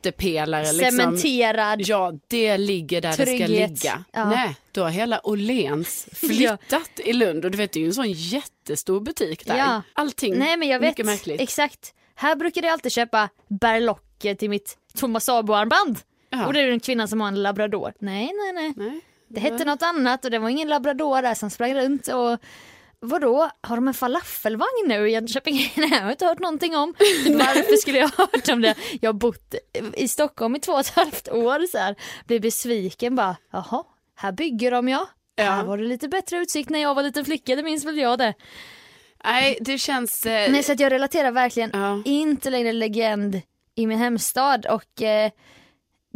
E: stöttepelare. Liksom.
D: Cementerad.
E: Ja, det ligger där det ska
D: Trygghet.
E: ligga.
D: Ja.
E: Nej, då har hela
D: [LAUGHS]
E: Åhléns flyttat i Lund och du vet det är ju en sån jättestor butik där.
D: Ja.
E: Allting,
D: Nej men jag vet,
E: mycket märkligt.
D: exakt. Här brukade jag alltid köpa berlocker till mitt Thomas Sabo-armband.
E: Ja.
D: Och det är en kvinna som har en labrador. Nej, nej, nej.
E: Nej.
D: Det hette något annat och det var ingen labrador där som sprang runt och vadå, har de en falafelvagn nu i Jönköping? [LAUGHS] Nej, jag har inte hört
E: [LAUGHS]
D: någonting om. Varför skulle jag ha hört om det? Jag har bott i Stockholm i två och ett halvt år så här. Blev besviken bara, jaha, här bygger de ja. Här var det lite bättre utsikt när jag var liten flicka, det minns väl jag det.
E: Nej, det känns... Eh,
D: Nej, så att jag relaterar verkligen
E: Ja.
D: inte längre legend i min hemstad och eh,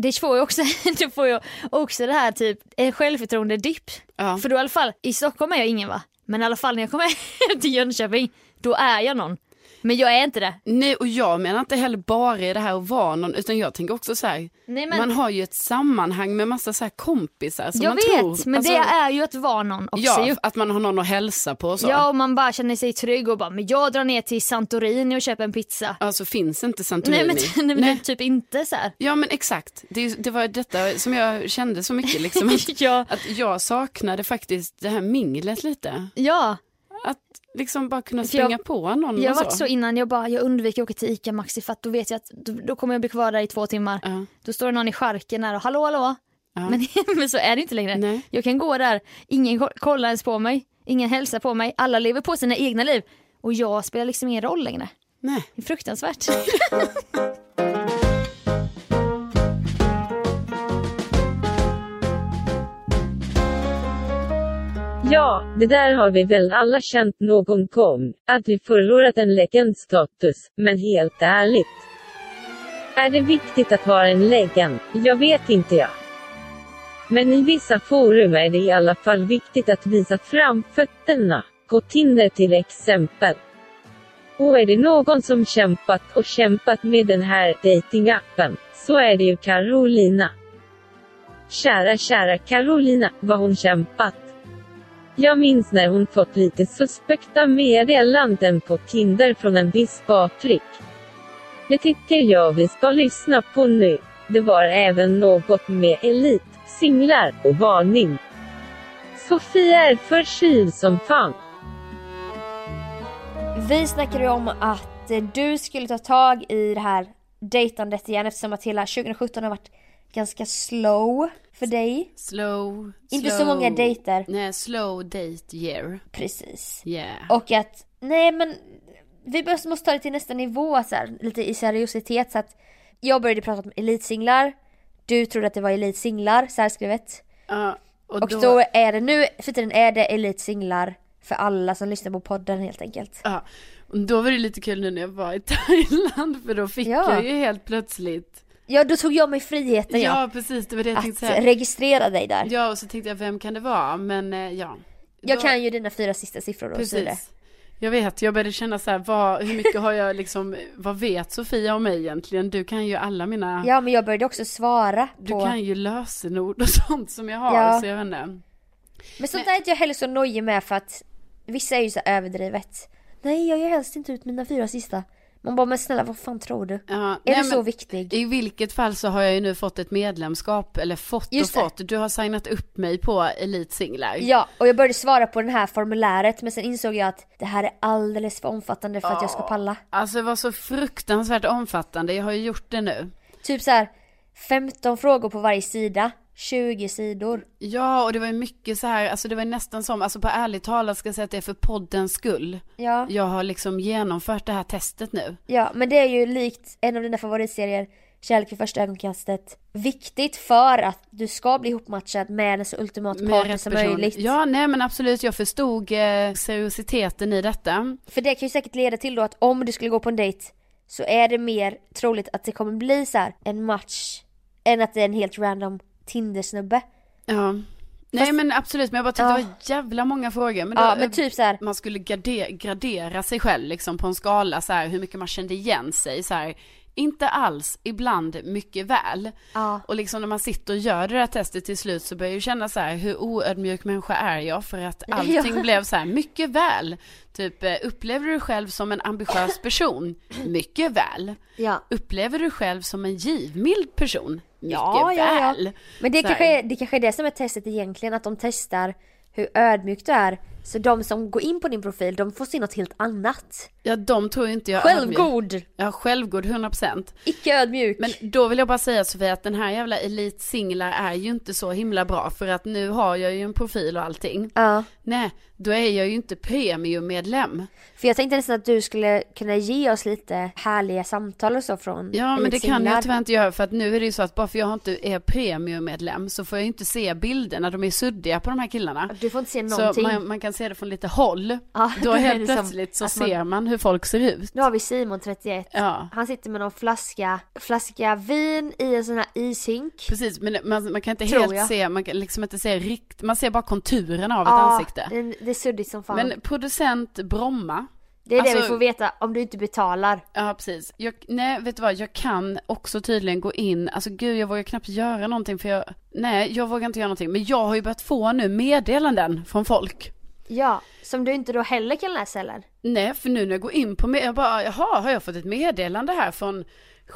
D: det får ju också, [LAUGHS] det får ju också det här typ en självförtroende-dipp.
E: Ja.
D: För då i alla fall, i Stockholm är jag ingen va? Men i alla fall när jag kommer hem [LAUGHS] till Jönköping, då är jag någon. Men jag är inte det.
E: Nej, och jag menar inte heller bara i det här att vara någon, utan jag tänker också så här,
D: Nej, men-
E: man har ju ett sammanhang med massa så här kompisar som
D: jag
E: man
D: vet,
E: tror.
D: men
E: alltså,
D: det är ju att vara någon också
E: Ja,
D: ju.
E: att man har någon att hälsa på och så.
D: Ja, och man bara känner sig trygg och bara, men jag drar ner till Santorini och köper en pizza.
E: Alltså finns inte Santorini.
D: Nej men, [LAUGHS] nej, men det är typ inte så här.
E: Ja men exakt, det, är- det var detta som jag kände så mycket liksom. Att,
D: [LAUGHS] Ja.
E: att jag saknade faktiskt det här minglet lite.
D: Ja,
E: Att liksom bara kunna
D: För jag-
E: springa på någon
D: Jag har
E: och så.
D: varit så innan, jag bara jag undviker att åka till ICA Maxi för att då vet jag att då, då kommer jag bli kvar där i två timmar.
E: Ja.
D: Då står det någon i charken där och hallå hallå. Men, [LAUGHS] men så är det inte längre.
E: Nej.
D: Jag kan gå där, ingen ko- kollar ens på mig, ingen hälsar på mig, alla lever på sina egna liv. Och jag spelar liksom ingen roll längre.
E: Nej.
F: Det är fruktansvärt.
C: Ja, det där har vi väl alla känt någon gång. Att vi förlorat en legendstatus, men helt ärligt. Är det viktigt att vara en legend? Jag vet inte jag. Men i vissa forum är det i alla fall viktigt att visa fram fötterna. På Tinder till exempel. Och är det någon som kämpat och kämpat med den här datingappen, så är det ju Carolina. Kära, kära Carolina, vad hon kämpat. Jag minns när hon fått lite suspekta meddelanden på Tinder från en viss Patrik. Det tycker jag vi ska lyssna på nu. Det var även något med elit, singlar och varning. Sofia är förkyld som fan.
D: [LAUGHS] Vi snackade ju om att eh, du skulle ta tag i det här dejtandet igen eftersom att hela 2017 har varit ganska slow för dig.
E: Slow.
D: Inte
E: slow.
D: så många dejter.
E: Nej, slow date year.
D: Precis.
E: Yeah.
D: Och att, nej men vi måste måste ta det till nästa nivå så här, lite i seriositet så att jag började prata om elitsinglar, du trodde att det var elitsinglar särskrivet.
E: Ja, och,
D: Och
E: då...
D: då, är det nu, för tiden är det elitsinglar för alla som lyssnar på podden helt enkelt.
E: Ja, och då var det lite kul nu när jag var i [LAUGHS] Thailand för då fick
D: Ja.
E: jag ju helt plötsligt.
D: Ja då tog jag mig friheten ja,
E: Ja, precis, det var det jag
D: att
E: tänkte säga.
D: registrera dig där.
E: Ja, och så tänkte jag, vem kan det vara? Men eh, ja.
D: Jag
E: Då-
D: kan ju dina fyra sista siffror då. så är det.
E: Precis. Jag vet, jag började känna så här, vad, hur mycket har jag liksom, vad vet Sofia om mig egentligen? Du kan ju alla mina,
D: Ja men jag började också svara
E: du
D: på...
E: kan ju lösenord och [LAUGHS] sånt som jag har,
D: Ja.
E: så jag vet inte.
D: Men sånt där är inte jag heller så nojig med för att vissa är ju så överdrivet. Nej jag gör helst inte ut mina fyra sista. Man bara men snälla vad fan tror du?
E: Ja,
D: är
E: nej,
D: du så
E: men-
D: viktig?
E: I vilket fall så har jag ju nu fått ett medlemskap, eller fått
D: Just det.
E: och fått. Du har signat upp mig på Elite Singlar.
D: Ja och jag började svara på det här formuläret men sen insåg jag att det här är alldeles för omfattande för att jag ska palla.
E: Alltså det var så fruktansvärt omfattande, jag har ju gjort det nu.
D: Typ så här 15 frågor på varje sida. 20 sidor.
E: Ja, och det var ju mycket så här, alltså det var ju nästan som, alltså på ärligt talat ska jag säga att det är för poddens skull.
D: Ja.
E: Jag har liksom genomfört det här testet nu.
D: Ja, men det är ju likt en av dina favoritserier, Kärlek vid första ögonkastet. Viktigt för att du ska bli ihopmatchad med en så ultimat
E: Med
D: partner
E: rätt
D: som
E: person.
D: möjligt.
E: Ja, nej men absolut, jag förstod eh, seriositeten i detta.
D: För det kan ju säkert leda till då att om du skulle gå på en dejt så är det mer troligt att det kommer bli så här en match än att det är en helt random Tinder-snubbe.
E: Ja. Nej men absolut, men jag bara tyckte det
D: Ja.
E: var jävla många frågor. Men
D: Ja,
E: då-
D: men typ så här.
E: man skulle grade, gradera sig själv liksom på en skala så här hur mycket man kände igen sig så här inte alls, ibland mycket väl.
D: Ja.
E: Och liksom när man sitter och gör det där testet till slut så börjar jag ju känna så här hur oödmjuk människa är jag för att allting
D: Ja.
E: blev så här mycket väl. Typ eh, upplever du dig själv som en ambitiös person? Mycket väl.
D: Ja.
E: Upplever du dig själv som en givmild person? Mycket
D: Ja, ja, ja.
E: väl.
D: Men det
E: Så här.
D: kanske, är, det kanske är det som är testet egentligen, att de testar hur ödmjuk du är. Så de som går in på din profil, de får se något helt annat.
E: Ja, de tror ju inte jag är ödmjuk.
D: Självgod!
E: Ja, självgod 100%.
D: Icke ödmjuk.
E: Men då vill jag bara säga Sofia att den här jävla Elite Singlar är ju inte så himla bra för att nu har jag ju en profil och allting.
D: Ja.
E: Nej, då är jag ju inte premiummedlem.
D: För jag tänkte nästan att du skulle kunna ge oss lite härliga samtal och så från
E: Ja, men det kan
D: Elitsinglar.
E: jag tyvärr inte göra för att nu är det ju så att bara för jag inte är premiummedlem så får jag ju inte se bilderna, de är suddiga på de här killarna.
D: Du får inte se
E: Så
D: någonting.
E: man, man kan se det från lite håll.
D: Ja,
E: då
D: då är
E: helt
D: det som
E: plötsligt så
D: att man-
E: ser man hur folk ser ut.
D: Nu har vi Simon 31.
E: Ja.
D: Han sitter med någon flaska, flaska vin i en sån här ishink.
E: Precis, men man, man kan inte
D: Tror
E: helt
D: jag.
E: se, man kan liksom inte se rikt, man ser bara konturen av ett ansikte.
D: det, det är suddigt som fan.
E: Men producent Bromma.
D: det är det vi
E: alltså-
D: får veta om du inte betalar.
E: Ja precis. Jag, nej vet du vad, jag kan också tydligen gå in, alltså gud jag vågar knappt göra någonting för jag, nej jag vågar inte göra någonting. Men jag har ju börjat få nu meddelanden från folk.
D: Ja, som du inte då heller kan läsa eller?
E: Nej för nu när jag går in på, med, jag bara jaha har jag fått ett meddelande här från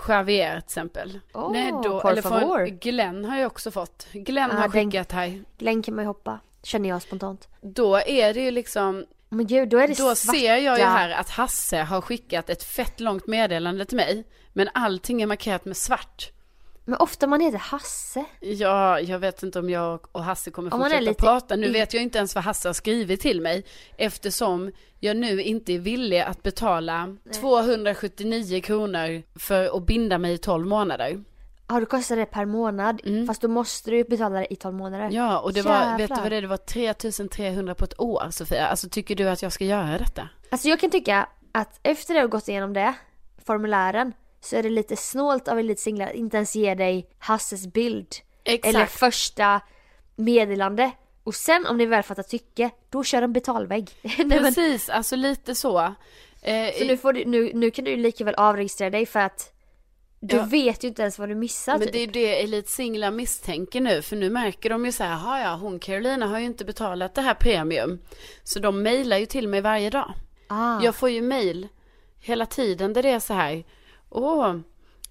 E: Javier till exempel.
D: Åh,
E: nej
D: por
E: eller
D: favor.
E: från Glenn har jag också fått. Glenn
D: Ah,
E: har
D: den-
E: skickat här.
D: Glenn kan man ju hoppa, känner jag spontant.
E: Då är det ju liksom,
D: Men gud, då är det
E: Då
D: svarta.
E: ser jag ju här att Hasse har skickat ett fett långt meddelande till mig. Men allting är markerat med svart.
D: Men ofta man heter Hasse.
E: Ja, jag vet inte om jag och Hasse kommer
D: Om man är
E: fortsätta
D: lite
E: prata. Nu
D: i-
E: vet jag inte ens vad Hasse har skrivit till mig. Eftersom jag nu inte är villig att betala 279 kronor för att binda mig i 12 månader.
D: Ja, då kostar det per månad. Fast då måste du ju betala det i 12 månader.
E: Mm. Ja, och det var, vet du
D: Jävlar.
E: vad det, är? det var 3300 på ett år Sofia. Alltså tycker du att jag ska göra detta?
D: Alltså jag kan tycka att efter du har gått igenom det, formulären, så är det lite snålt av Elite Singlar att inte ens ge dig Hasses bild.
E: Exakt.
D: Eller första meddelande. Och sen om ni väl fattar tycke, då kör de betalvägg. [LAUGHS] Nej, men, så
E: Precis, alltså lite så. Eh,
D: nu, får du, nu, nu kan du ju lika väl avregistrera dig för att du
E: Ja.
D: vet ju inte ens vad du missar.
E: Men
D: typ.
E: det är det Elite Singlar misstänker nu, för nu märker de ju så här, "Jaha, ja, hon Carolina har ju inte betalat det här premium. Så de mejlar ju till mig varje dag.
D: ah.
E: Jag får ju mejl hela tiden där det är så här, åh,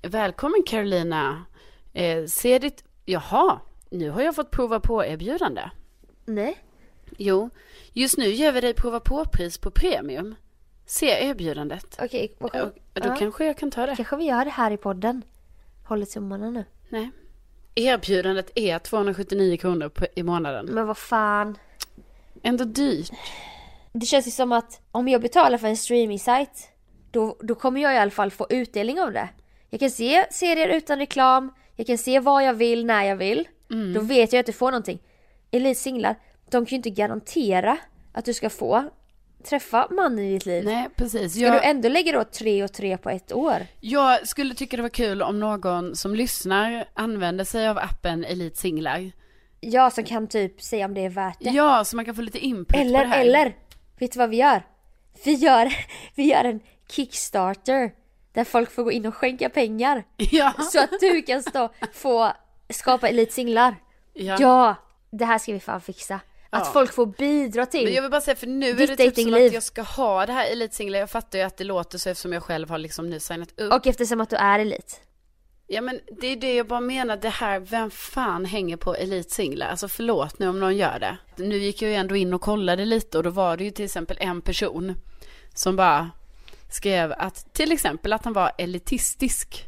E: välkommen Carolina, eh, se ditt, jaha, nu har jag fått prova på erbjudande.
D: Nej.
E: Jo, just nu ger vi dig prova på-pris på premium. Se erbjudandet.
D: Okej, vad
E: Och, då
D: ja.
E: kanske jag kan ta det.
D: kanske vi gör det här i podden. Håller tummarna nu.
E: Nej. Erbjudandet är 279 kronor på, i månaden.
D: Men vad fan.
E: Ändå dyrt.
D: Det känns ju som att om jag betalar för en streaming-sajt då, då kommer jag i alla fall få utdelning av det. Jag kan se serier utan reklam, jag kan se vad jag vill när jag vill.
E: Mm.
D: Då vet jag att du får någonting. Elite singlar, de kan ju inte garantera att du ska få träffa mannen i ditt liv.
E: Nej, precis.
D: Ska
E: Jag,
D: du ändå lägga då tre och tre på ett år?
E: jag skulle tycka det var kul om någon som lyssnar använder sig av appen Elite Singlar.
D: Jag som kan typ säga om det är värt det.
E: Ja, så man kan få lite input på det
D: Eller,
E: här.
D: eller! Vet du vad vi gör? Vi gör, [LAUGHS] vi gör en Kickstarter där folk får gå in och skänka pengar.
E: [LAUGHS] Ja.
D: [LAUGHS] Så att du kan stå, få skapa elitsinglar.
E: ja.
D: Ja! Det här ska vi fan fixa. Att
E: Ja.
D: folk får bidra till.
E: Men jag vill bara säga för nu är
D: Ditt
E: det typ som att
D: datingliv.
E: jag ska ha det här Elite Singlar. Jag fattar ju att det låter så eftersom jag själv har liksom nu signat upp.
D: Och eftersom att du är elit.
E: Ja men det är det jag bara menar, det här, vem fan hänger på elitsinglar? Alltså förlåt nu om någon gör det. Nu gick jag ju ändå in och kollade lite och då var det ju till exempel en person som bara skrev att till exempel att han var elitistisk.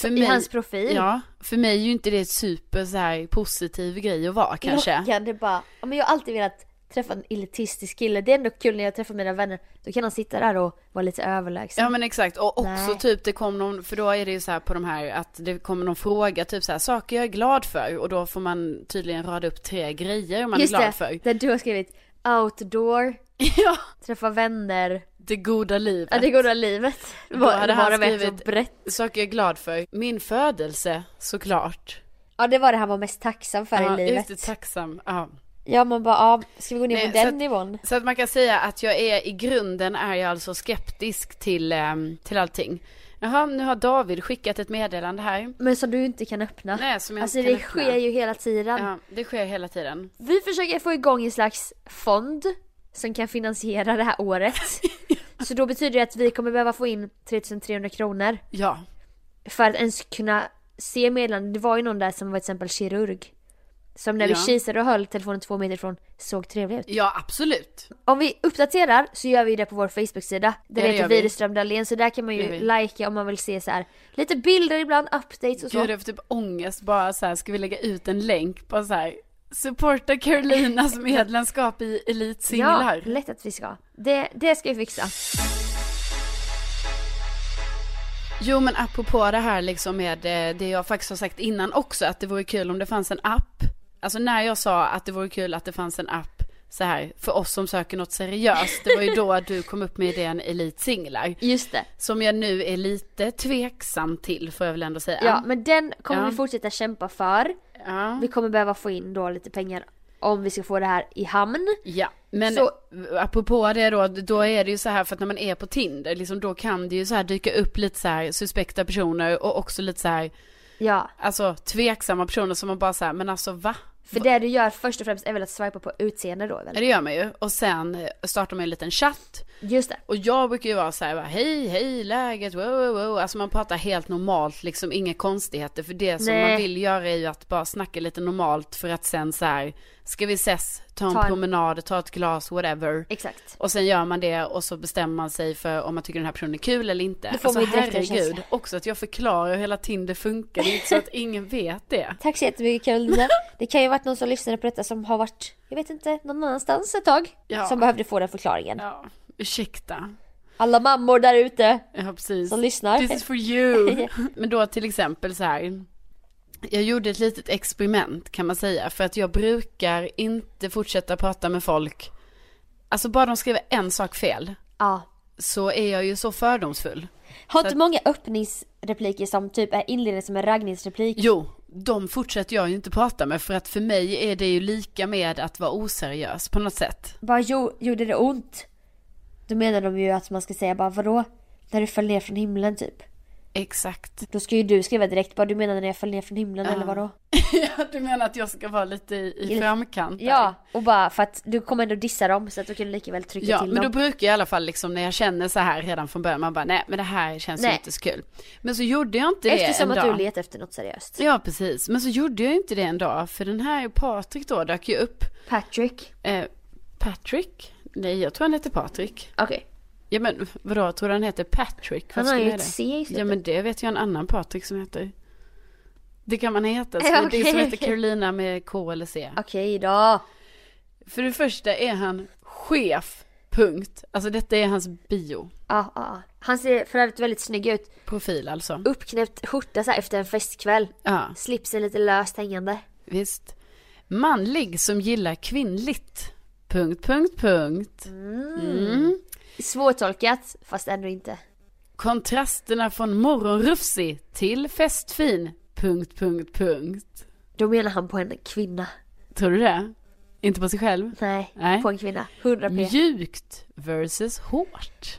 E: För
D: I hans profil.
E: Ja, för mig är ju inte det super så här positiv grej att vara kanske.
D: Lockande bara. Ja, Men jag har alltid velat träffa en elitistisk kille. Det är ändå kul när jag träffar mina vänner. Då kan han sitta där och vara lite överlägsen.
E: Ja men exakt och också
D: Nej.
E: typ det kom någon, för då är det ju så här på de här att det kommer någon fråga typ så här saker jag är glad för och då får man tydligen rada upp tre grejer man
D: Just
E: är glad
D: det, [LAUGHS]
E: för.
D: där du har skrivit outdoor,
E: Ja,
D: träffa vänner,
E: det goda livet.
D: ja, det goda livet.
E: Då hade han
D: Bara vet så
E: skrivit-
D: brett.
E: Saker jag är glad för. Min födelse, såklart.
D: Ja det var det han var mest tacksam för
E: Ja,
D: i livet.
E: Just det, tacksam. Ja.
D: Ja man bara, ja, ska vi gå ner
E: Nej,
D: på
E: så
D: den
E: att-
D: nivån?
E: Så att man kan säga att jag är, i grunden är jag alltså skeptisk till, ehm, till allting. Jaha, nu har David skickat ett meddelande här.
D: Men som du inte kan öppna.
E: Nej, som jag
D: alltså
E: inte kan
D: det
E: öppna.
D: sker ju hela tiden.
E: Ja, det sker hela tiden.
D: Vi försöker få igång en slags fond som kan finansiera det här
E: [LAUGHS]
D: året. Så då betyder det att vi kommer behöva få in 3300 kronor
E: Ja,
D: för att ens kunna se meddelandet. Det var ju någon där som var till exempel kirurg. Som
E: Ja.
D: när vi kisade och höll telefonen två meter ifrån såg trevlig ut.
E: ja absolut.
D: Om vi uppdaterar så gör vi det på vår Facebook-sida.
E: Ja,
D: Där
E: det
D: det heter
E: gör vi.
D: Widerström Dahlén. Så där kan man
E: Det
D: ju
E: gör
D: likea om man vill se så här lite bilder ibland, updates och så.
E: Gud, jag får typ ångest bara så här, ska vi lägga ut en länk på så här, supporta
D: [LAUGHS]
E: Carolinas medlemskap i
D: ja,
E: elitsinglar.
D: lätt att vi ska. Det, det ska vi fixa.
E: Jo men apropå det här liksom med eh, det jag faktiskt har sagt innan också att det vore kul om det fanns en app. Alltså när jag sa att det vore kul att det fanns en app så här för oss som söker något seriöst. Det var ju då du kom upp med idén Elite Singlar.
D: Just det.
E: Som jag nu är lite tveksam till får jag väl ändå säga.
D: Ja, men den kommer
E: Ja.
D: vi fortsätta kämpa för.
E: ja.
D: Vi kommer behöva få in då lite pengar om vi ska få det här i hamn.
E: Ja, men
D: Så-
E: apropå det då, då är det ju så här för att när man är på Tinder, liksom, då kan det ju så här dyka upp lite så här suspekta personer och också lite så här,
D: Ja,
E: alltså tveksamma personer som man bara så här, men alltså va?
D: för det du gör först och främst är väl att swipa på utseende då
E: Ja,
D: väl?
E: det gör man ju. Och sen eh, startar man en liten chatt.
D: Just det.
E: Och jag brukar ju vara så här, bara, hej, hej, läget, wow, wow, wow. Alltså man pratar helt normalt, liksom inga konstigheter. För det som
D: Nej.
E: man vill göra är ju att bara snacka lite normalt för att sen så här ska vi ses, ta en
D: Ta en-
E: promenad, ta ett glas, whatever.
D: Exakt.
E: Och sen gör man det och så bestämmer man sig för om man tycker den här personen är kul eller inte. Alltså,
D: Då får man ju direkt en känsla.
E: också att jag förklarar hur hela Tinder funkar, det är inte så att ingen vet det.
D: Tack så jättemycket [LAUGHS] Carolina. Det kan ju ha varit någon som lyssnade på detta som har varit, jag vet inte, någon annanstans ett tag.
E: Ja.
D: Som behövde få den förklaringen.
E: Ja, ursäkta.
D: Alla mammor där ute.
E: Ja, precis.
D: Som lyssnar.
E: This
D: [LAUGHS]
E: is for you. Men då till exempel så här. Jag gjorde ett litet experiment kan man säga. För att jag brukar inte fortsätta prata med folk. Alltså bara de skriver en sak fel.
D: Ja.
E: Så är jag ju så fördomsfull.
D: Har inte många öppningsrepliker som typ är inledningen som en raggningsreplik?
E: Jo, de fortsätter jag ju inte prata med. För att för mig är det ju lika med att vara oseriös på något sätt.
D: Bara jo, gjorde det ont? Då menar de ju att man ska säga bara vadå? När du föll ner från himlen typ.
E: Exakt.
D: Då ska ju du skriva direkt bara du menar när jag föll ner från himlen eller vadå?
E: [LAUGHS] Ja, du menar att jag ska vara lite i, i framkant? där?
D: Ja, och bara för att du kommer ändå dissa dem så att du kan lika väl trycka
E: Ja,
D: till
E: men då
D: dem.
E: brukar jag i alla fall liksom när jag känner så här redan från början, man bara nej men det här känns ju
D: Nej.
E: inte så kul. Men så gjorde jag inte det
D: Eftersom
E: en
D: att du
E: dag.
D: letar efter något seriöst.
E: Ja precis, men så gjorde jag inte det en dag för den här Patrik då dök ju upp.
D: Patrick.
E: Eh, Patrick? Nej jag tror han heter Patrik.
D: Okej.
E: Ja men vadå, tror du han heter Patrick? Vad
D: Han har
E: skulle
D: ju
E: jag
D: ett
E: det?
D: C i slutet.
E: Ja men det vet jag en annan Patrik som heter. Det kan man heta, så
D: Ja,
E: det är
D: okej,
E: som heter
D: okej.
E: Carolina med K eller C.
D: Okej då.
E: För det första är han chef, punkt. Alltså detta är hans bio.
D: Ja, ja, ja. Han ser för övrigt väldigt snygg ut.
E: Profil alltså.
D: Uppknäppt skjorta så här efter en festkväll.
E: Ja,
D: Slipsen lite löst hängande.
E: visst. Manlig som gillar kvinnligt. Punkt, punkt, punkt. Mm.
D: Svårtolkat, fast ändå inte.
E: Kontrasterna från morgonrufsig till festfin. Punkt, punkt, punkt.
D: Då menar han på en kvinna.
E: Tror du det? Inte på sig själv?
D: Nej,
E: Nej.
D: på en kvinna. 100 p.
E: Mjukt versus hårt.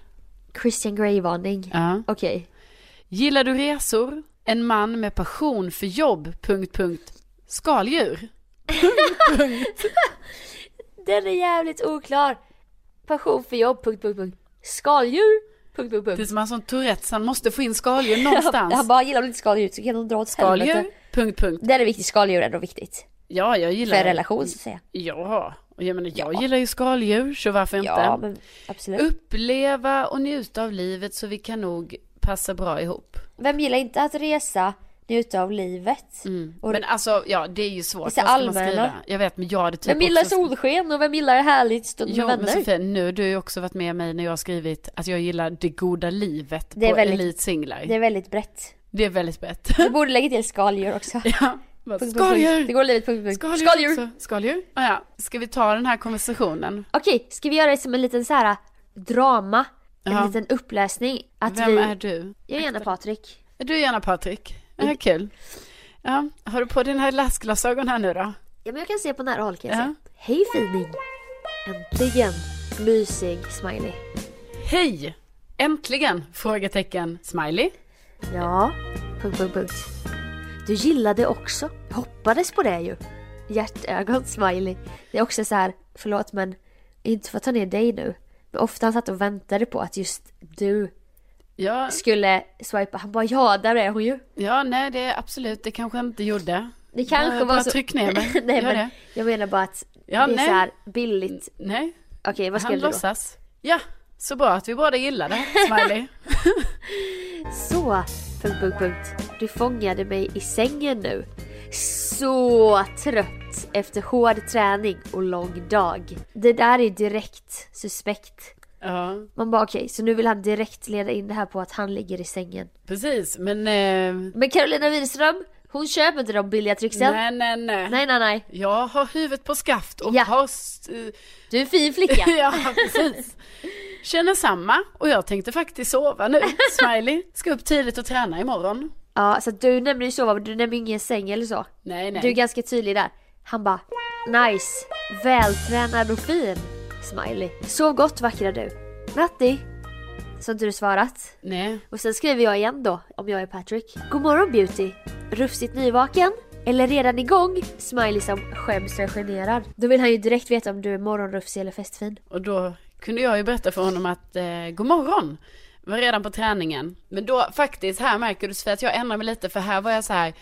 D: Christian Grey-varning.
E: Ja.
D: Okej.
E: Gillar du resor? En man med passion för jobb. Punkt, punkt. Skaldjur.
D: Den är jävligt oklar. Passion för jobb, punkt, punkt, punkt. Skaldjur, punkt, punkt,
E: Det är
D: punkt.
E: som han som Tourettes, han måste få in
D: [LAUGHS]
E: skaldjur någonstans.
D: Han bara, gillar du inte skaldjur så kan de dra åt helvete.
E: skaldjur. Punkt, punkt.
D: Den är viktig, skaldjur är ändå viktigt.
E: Ja, jag
D: För
E: gillar
D: en relation så att säga.
E: Ja, och jag menar jag
D: Ja.
E: gillar ju skaldjur så varför inte? Mm.
D: Ja, men absolut.
E: Uppleva och njuta av livet så vi kan nog passa bra ihop.
D: Vem gillar inte att resa, njuta av livet? Och
E: Men alltså, ja det är ju svårt.
D: Vissa
E: Vad ska man
D: allmänna.
E: skriva? Jag vet men jag hade typ
D: vem gillar
E: också...
D: solsken och vem gillar härligt stund med
E: Jo men
D: vänner?
E: Sofia, nu du har ju också varit med mig när jag har skrivit att jag gillar det goda livet
D: Det är
E: på
D: väldigt-
E: Elite Singlar.
D: Det är väldigt brett.
E: Det är väldigt brett.
D: Du borde lägga till skaldjur också.
E: [LAUGHS] ja. bara,
D: [LAUGHS] Punkt, punkt, punkt. Det
E: Skaldjur!
D: går livet punkt, punkt. punkt.
E: Skaldjur!
D: Skaldjur!
E: också. Skaldjur! Ah, ja. Ska vi ta den här konversationen?
D: Okej, ska vi göra det som en liten så här äh, drama? En
E: Ja.
D: liten uppläsning. Att
E: Vem
D: vi...
E: är du?
D: Jag är gärna Patrik.
E: Du är gärna Patrik.
D: Mm.
E: Ja, kul. Ja, har du på dina här läsglasögon här nu då?
D: Ja men jag kan se på nära håll kan jag
E: Ja.
D: se. Hej fining! Äntligen! Mysig smiley.
E: Hej! Äntligen! Frågetecken. Smiley.
D: Ja, punkt, punkt, punkt. Du gillade också. Hoppades på det ju. Hjärtögon smiley. Det är också så här, förlåt men inte för att ta ner dig nu. Men ofta han satt och väntade på att just du
E: Ja,
D: skulle swipa. Han bara ja, där är hon ju.
E: ja, nej det är absolut, det kanske jag inte gjorde.
D: Det kanske
E: bara,
D: var
E: bara
D: så...
E: tryck ner mig.
D: [LAUGHS] nej
E: Gör
D: men
E: det.
D: jag menar bara att
E: Ja,
D: det är
E: nej.
D: så här billigt.
E: Nej,
D: Okej, vad
E: han
D: skulle du då?
E: låtsas. Ja, så bra att vi båda gillade
D: [LAUGHS]
E: Smiley.
D: Så, punkt, punkt, punkt. Du fångade mig i sängen nu. Så trött efter hård träning och lång dag. Det där är direkt suspekt.
E: ja,
D: Man bara okej, så nu vill han direkt leda in det här på att han ligger i sängen.
E: precis, men... Eh,
D: Men Carolina Widerström, hon köper inte de billiga tricksen.
E: nej, nej, nej.
D: nej, nej. nej.
E: Jag har huvudet på skaft och
D: Ja.
E: har... s- eh,
D: Du är en fin flicka.
E: [LAUGHS] ja, precis. Känner samma och jag tänkte faktiskt sova nu. Smiley, ska upp tidigt och träna imorgon.
D: ja, så att du nämner ju sova, men du nämner ingen säng eller så.
E: Nej, nej.
D: Du är ganska tydlig där. Han bara nice, vältränad och fin. Smiley. Sov gott vackra du. Natti. Så har inte du svarat.
E: Nej.
D: Och sen skriver jag igen då om jag är Patrick. God morgon beauty. Rufsigt nyvaken? Eller redan igång? Smiley som skäms och är generad. Då vill han ju direkt veta om du är morgonrufsig eller festfin.
E: Och då kunde jag ju berätta för honom att eh, god morgon var redan på träningen. Men då faktiskt, här märker du Sofia att jag ändrar mig lite för här var jag så här,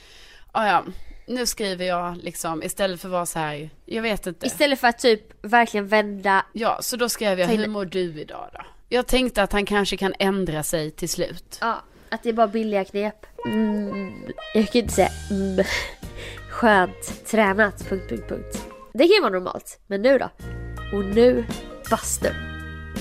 E: "Ah, ja nu skriver jag liksom istället för att vara så här, jag vet inte.
D: Istället för att typ verkligen vända.
E: Ja, så då skrev jag,
D: Ta in-
E: hur mår du idag då? Jag tänkte att han kanske kan ändra sig till slut.
D: Ja, att det är bara billiga knep. Mm, jag kan inte säga mm, skönt tränat. Punkt, punkt, punkt. Det kan ju vara normalt. Men nu då? Och nu bastun.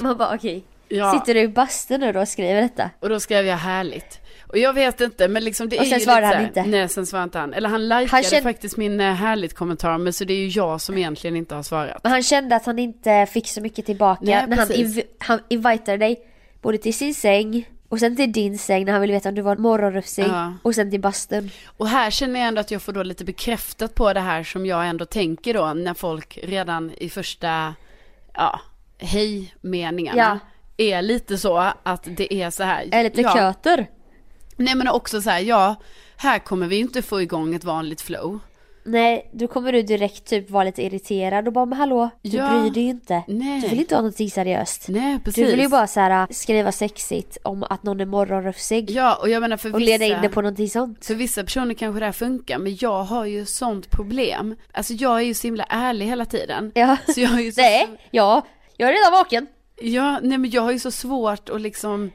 D: Man bara okej.
E: Ja.
D: Sitter du i bastun nu då och skriver detta?
E: Och då skrev jag härligt. Och jag vet inte, men liksom det
D: Och
E: är
D: sen
E: ju
D: svarade
E: lite så här-
D: han inte.
E: Nej, sen svarade inte han. Eller han likade
D: kände-
E: faktiskt min eh, härligt kommentar, men så det är ju jag som egentligen inte har svarat.
D: Men han kände att han inte fick så mycket tillbaka.
E: Nej,
D: när han,
E: precis.
D: inv- han inviterade dig både till sin säng och sen till din säng när han ville veta om du var morgonrufsig.
E: Ja.
D: Och sen till bastun.
E: Och här känner jag ändå att jag får då lite bekräftat på det här som jag ändå tänker då när folk redan i första, ja, hej-meningarna är lite så att det är så här.
D: Eller lite
E: ja.
D: köter.
E: Nej men också så här, ja, här kommer vi inte få igång ett vanligt flow.
D: Nej, då kommer du direkt typ vara lite irriterad och bara men hallå, du
E: Ja.
D: bryr dig ju inte.
E: Nej.
D: Du vill inte ha någonting seriöst.
E: Nej,
D: du
E: precis.
D: vill ju bara så här, äh, skriva sexigt om att någon är morgonrufsig.
E: Ja, och jag menar för
D: och
E: vissa...
D: leda in det på någonting sånt.
E: För vissa personer kanske det här funkar, men jag har ju sånt problem. Alltså jag är ju så himla ärlig hela tiden.
D: Ja.
E: [LAUGHS] Så jag har ju så...
D: Nej, ja, jag är redan vaken.
E: Ja, nej men jag har ju så svårt att liksom,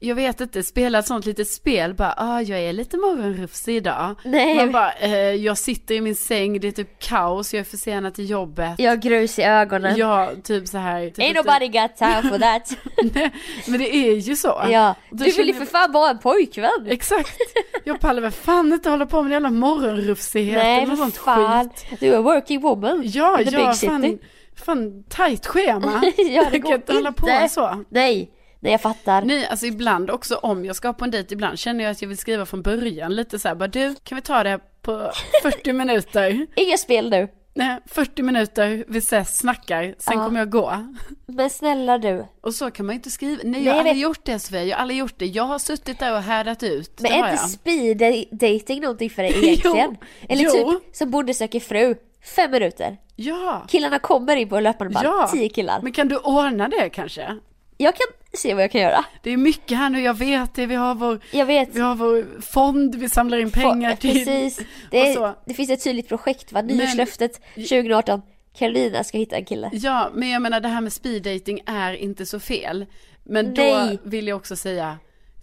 E: jag vet inte, spela ett sånt litet spel, bara, ah, jag är lite morgonrufsig idag.
D: Nej.
E: Man bara, eh, jag sitter i min säng, det är typ kaos, jag är försenad till jobbet.
D: Jag har grus i ögonen.
E: Ja, typ så här. Typ
D: Ain't nobody got time for that.
E: [LAUGHS] Nej, men det är ju så.
D: ja.
E: Då
D: Du vill
E: känner
D: ju
E: jag-
D: för fan vara en pojkvän.
E: Exakt.
D: [LAUGHS]
E: Jag pallar väl fan inte hålla på med jävla morgonrufsighet
D: Nej,
E: eller
D: för
E: något sånt
D: fan.
E: skit.
D: Du är a working woman.
E: Ja,
D: in the
E: ja,
D: big
E: fan,
D: city.
E: fan tajt schema.
D: [LAUGHS] ja, det
E: jag
D: går
E: kan inte hålla på så.
D: Nej, nej jag fattar.
E: Nej, alltså ibland också om jag ska på en dejt, ibland känner jag att jag vill skriva från början lite så här, bara du, kan vi ta det
D: [LAUGHS]
E: på 40 minuter?
D: Inga spel nu.
E: Nej, 40 minuter, vi ses, snackar, sen
D: Ja.
E: kommer jag gå.
D: Men snälla du.
E: Och så kan man ju inte skriva, nej jag
D: Nej,
E: har
D: jag
E: aldrig
D: vet.
E: gjort det Sofia, jag har aldrig gjort det. Jag har suttit där och härdat ut,
D: Men
E: det har
D: är
E: jag.
D: inte speed dating
E: [LAUGHS]
D: någonting för dig egentligen? Eller
E: jo.
D: typ som Bonde söker fru, fem minuter.
E: Ja,
D: Killarna kommer in på löpande band,
E: ja.
D: tio killar.
E: Men kan du ordna det kanske?
D: Jag kan se vad jag kan göra.
E: Det är mycket här nu, jag vet det, vi har vår,
D: Jag vet.
E: vi har vår fond, vi samlar in
D: [LAUGHS]
E: pengar
D: Få-
E: till.
D: Precis. Det,
E: och så.
D: är, det finns ett tydligt projekt va, nyårslöftet 2018. Carolina ska hitta en kille.
E: Ja, men jag menar det här med speed dating är inte så fel. Men
D: Nej.
E: då vill jag också säga,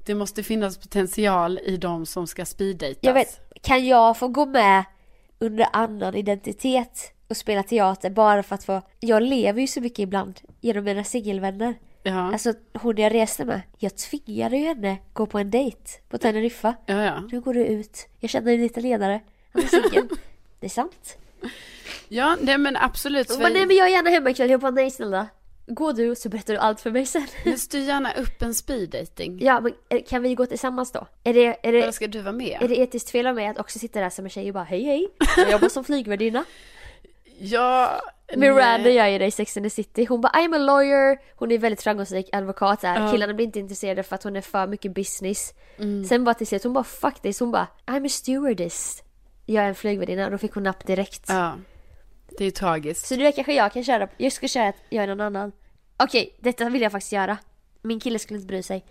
E: det måste finnas potential i de som ska speed datas.
D: Jag vet, kan jag få gå med under annan identitet och spela teater bara för att få... Jag lever ju så mycket ibland genom mina singelvänner.
E: Ja,
D: Alltså hon jag reste med, jag tvingade ju henne gå på en dejt på Teneriffa.
E: ja, ja.
D: Nu går du ut, jag känner en liten ledare, han är [LAUGHS] singel. Det är sant.
E: Ja, nej men absolut.
D: Hon
E: Sven.
D: bara, nej men jag är gärna hemma ikväll, jag bara nej snälla. Gå du så berättar du allt för mig sen.
E: men styr gärna upp en speed dating.
D: [LAUGHS] Ja men eh, kan vi gå tillsammans då? Är det, är
E: Eller
D: det,
E: ska du vara med?
D: är det etiskt fel av mig att också sitta där som en tjej och bara hej [LAUGHS] hej, jag jobbar som flygvärdinna.
E: Ja,
D: Miranda
E: nej.
D: gör ju det i Sex and the City. Hon bara I'm a lawyer. Hon är väldigt framgångsrik advokat där. Killarna blir inte intresserade för att hon är för mycket business.
E: Mm.
D: Sen bara till slut hon bara fuck this. Hon bara I'm a stewardess. Jag är en flygvärdinna och då fick hon napp direkt.
E: Ja, det är tragiskt.
D: Så det där kanske jag kan köra. Jag ska köra att jag är någon annan. Okej, detta vill jag faktiskt göra. Min kille skulle inte bry sig.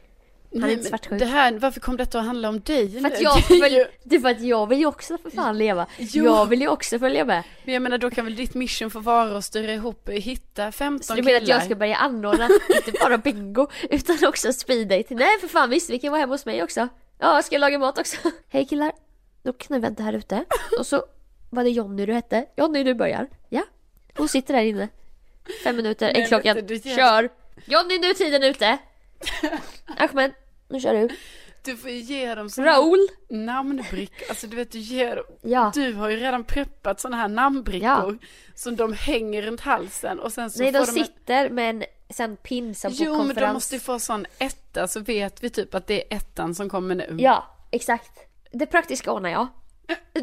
D: Han är
E: Nej,
D: inte
E: men
D: svartsjuk.
E: det här, varför kom detta att handla om dig
D: För att
E: [LAUGHS] nu?
D: jag
E: Det är
D: vill,
E: ju-
D: det är för att jag vill ju också för fan leva.
E: Jo.
D: Jag vill ju också följa med.
E: Men jag menar då kan väl ditt mission få vara att styra ihop, hitta 15
D: Så du menar att
E: killar?
D: jag ska börja [LAUGHS] anordna inte bara bingo utan också speeddate? Nej för fan visst, vi kan vara hemma hos mig också. Ja, ska jag laga mat också? [LAUGHS] Hej killar, då kan ni vänta här ute. Och så var det Jonny du hette. Jonny du börjar. Ja, hon sitter där inne. Fem minuter,
E: Nej,
D: en klockan.
E: men du- du-
D: Kör! Jonny nu är tiden ute! Ahmed, nu kör du.
E: Du får ju ge dem såna
D: Raoul!
E: namnbrickor. Alltså du vet, du ger dem.
D: Ja.
E: Du har ju redan preppat sådana här namnbrickor. Som de hänger runt halsen och sen så
D: Nej,
E: får
D: de
E: de... en-
D: sitter med en sån pin som på
E: Jo, men
D: konferens.
E: de måste ju få sån etta så vet vi typ att det är ettan som kommer nu.
D: Ja, exakt. Det praktiska ordnar jag.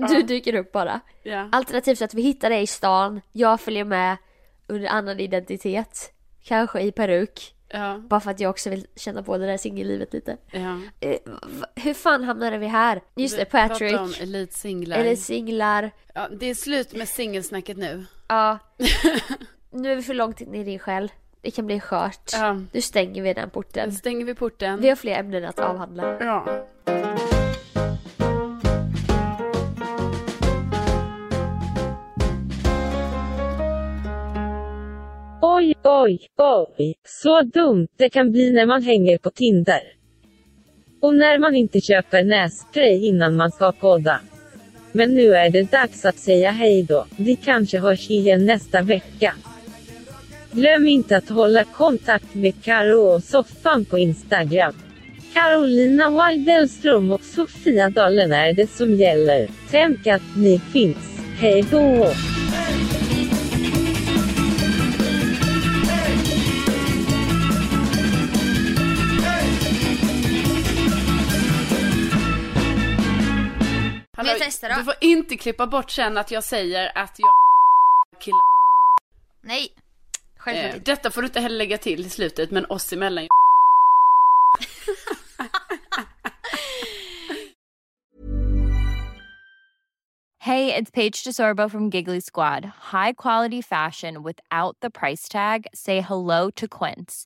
D: Du dyker upp bara.
E: Ja.
D: Alternativt så att vi hittar dig i stan, jag följer med under annan identitet. Kanske i peruk.
E: Ja,
D: Bara för att jag också vill känna på det där singellivet lite.
E: ja.
D: Eh, v- hur fan hamnade vi här? Just det,
E: Vi pratar
D: Patrick.
E: om elitsinglar.
D: Eller singlar.
E: Ja, det är slut med singelsnacket nu. [LAUGHS]
D: Ja. nu är vi för långt in i din själ. Det kan bli skört.
E: Ja.
D: Nu stänger vi den
E: Nu
D: porten.
E: stänger vi porten.
D: Vi har fler ämnen att avhandla.
E: Ja.
C: Oj, oj. Så dumt det kan bli när man hänger på Tinder. Och när man inte köper nässpray innan man ska podda. Men nu är det dags att säga hej då. Vi kanske hörs igen nästa vecka. Glöm inte att hålla kontakt med Karo och Soffan på Instagram. Carolina Weidelström och Sofia Dalen är det som gäller. Tänk att ni finns. Hej då!
G: Vill jag testa då?
E: Du får inte klippa bort sen att jag säger att jag killar.
G: Nej.
E: Eh,
G: Självklart
E: Detta får du inte heller lägga till i slutet, men oss
D: [LAUGHS]
E: emellan.
B: Hey, it's Paige DeSorbo from Giggly Squad. High quality fashion without the price tag. Say hello to Quince.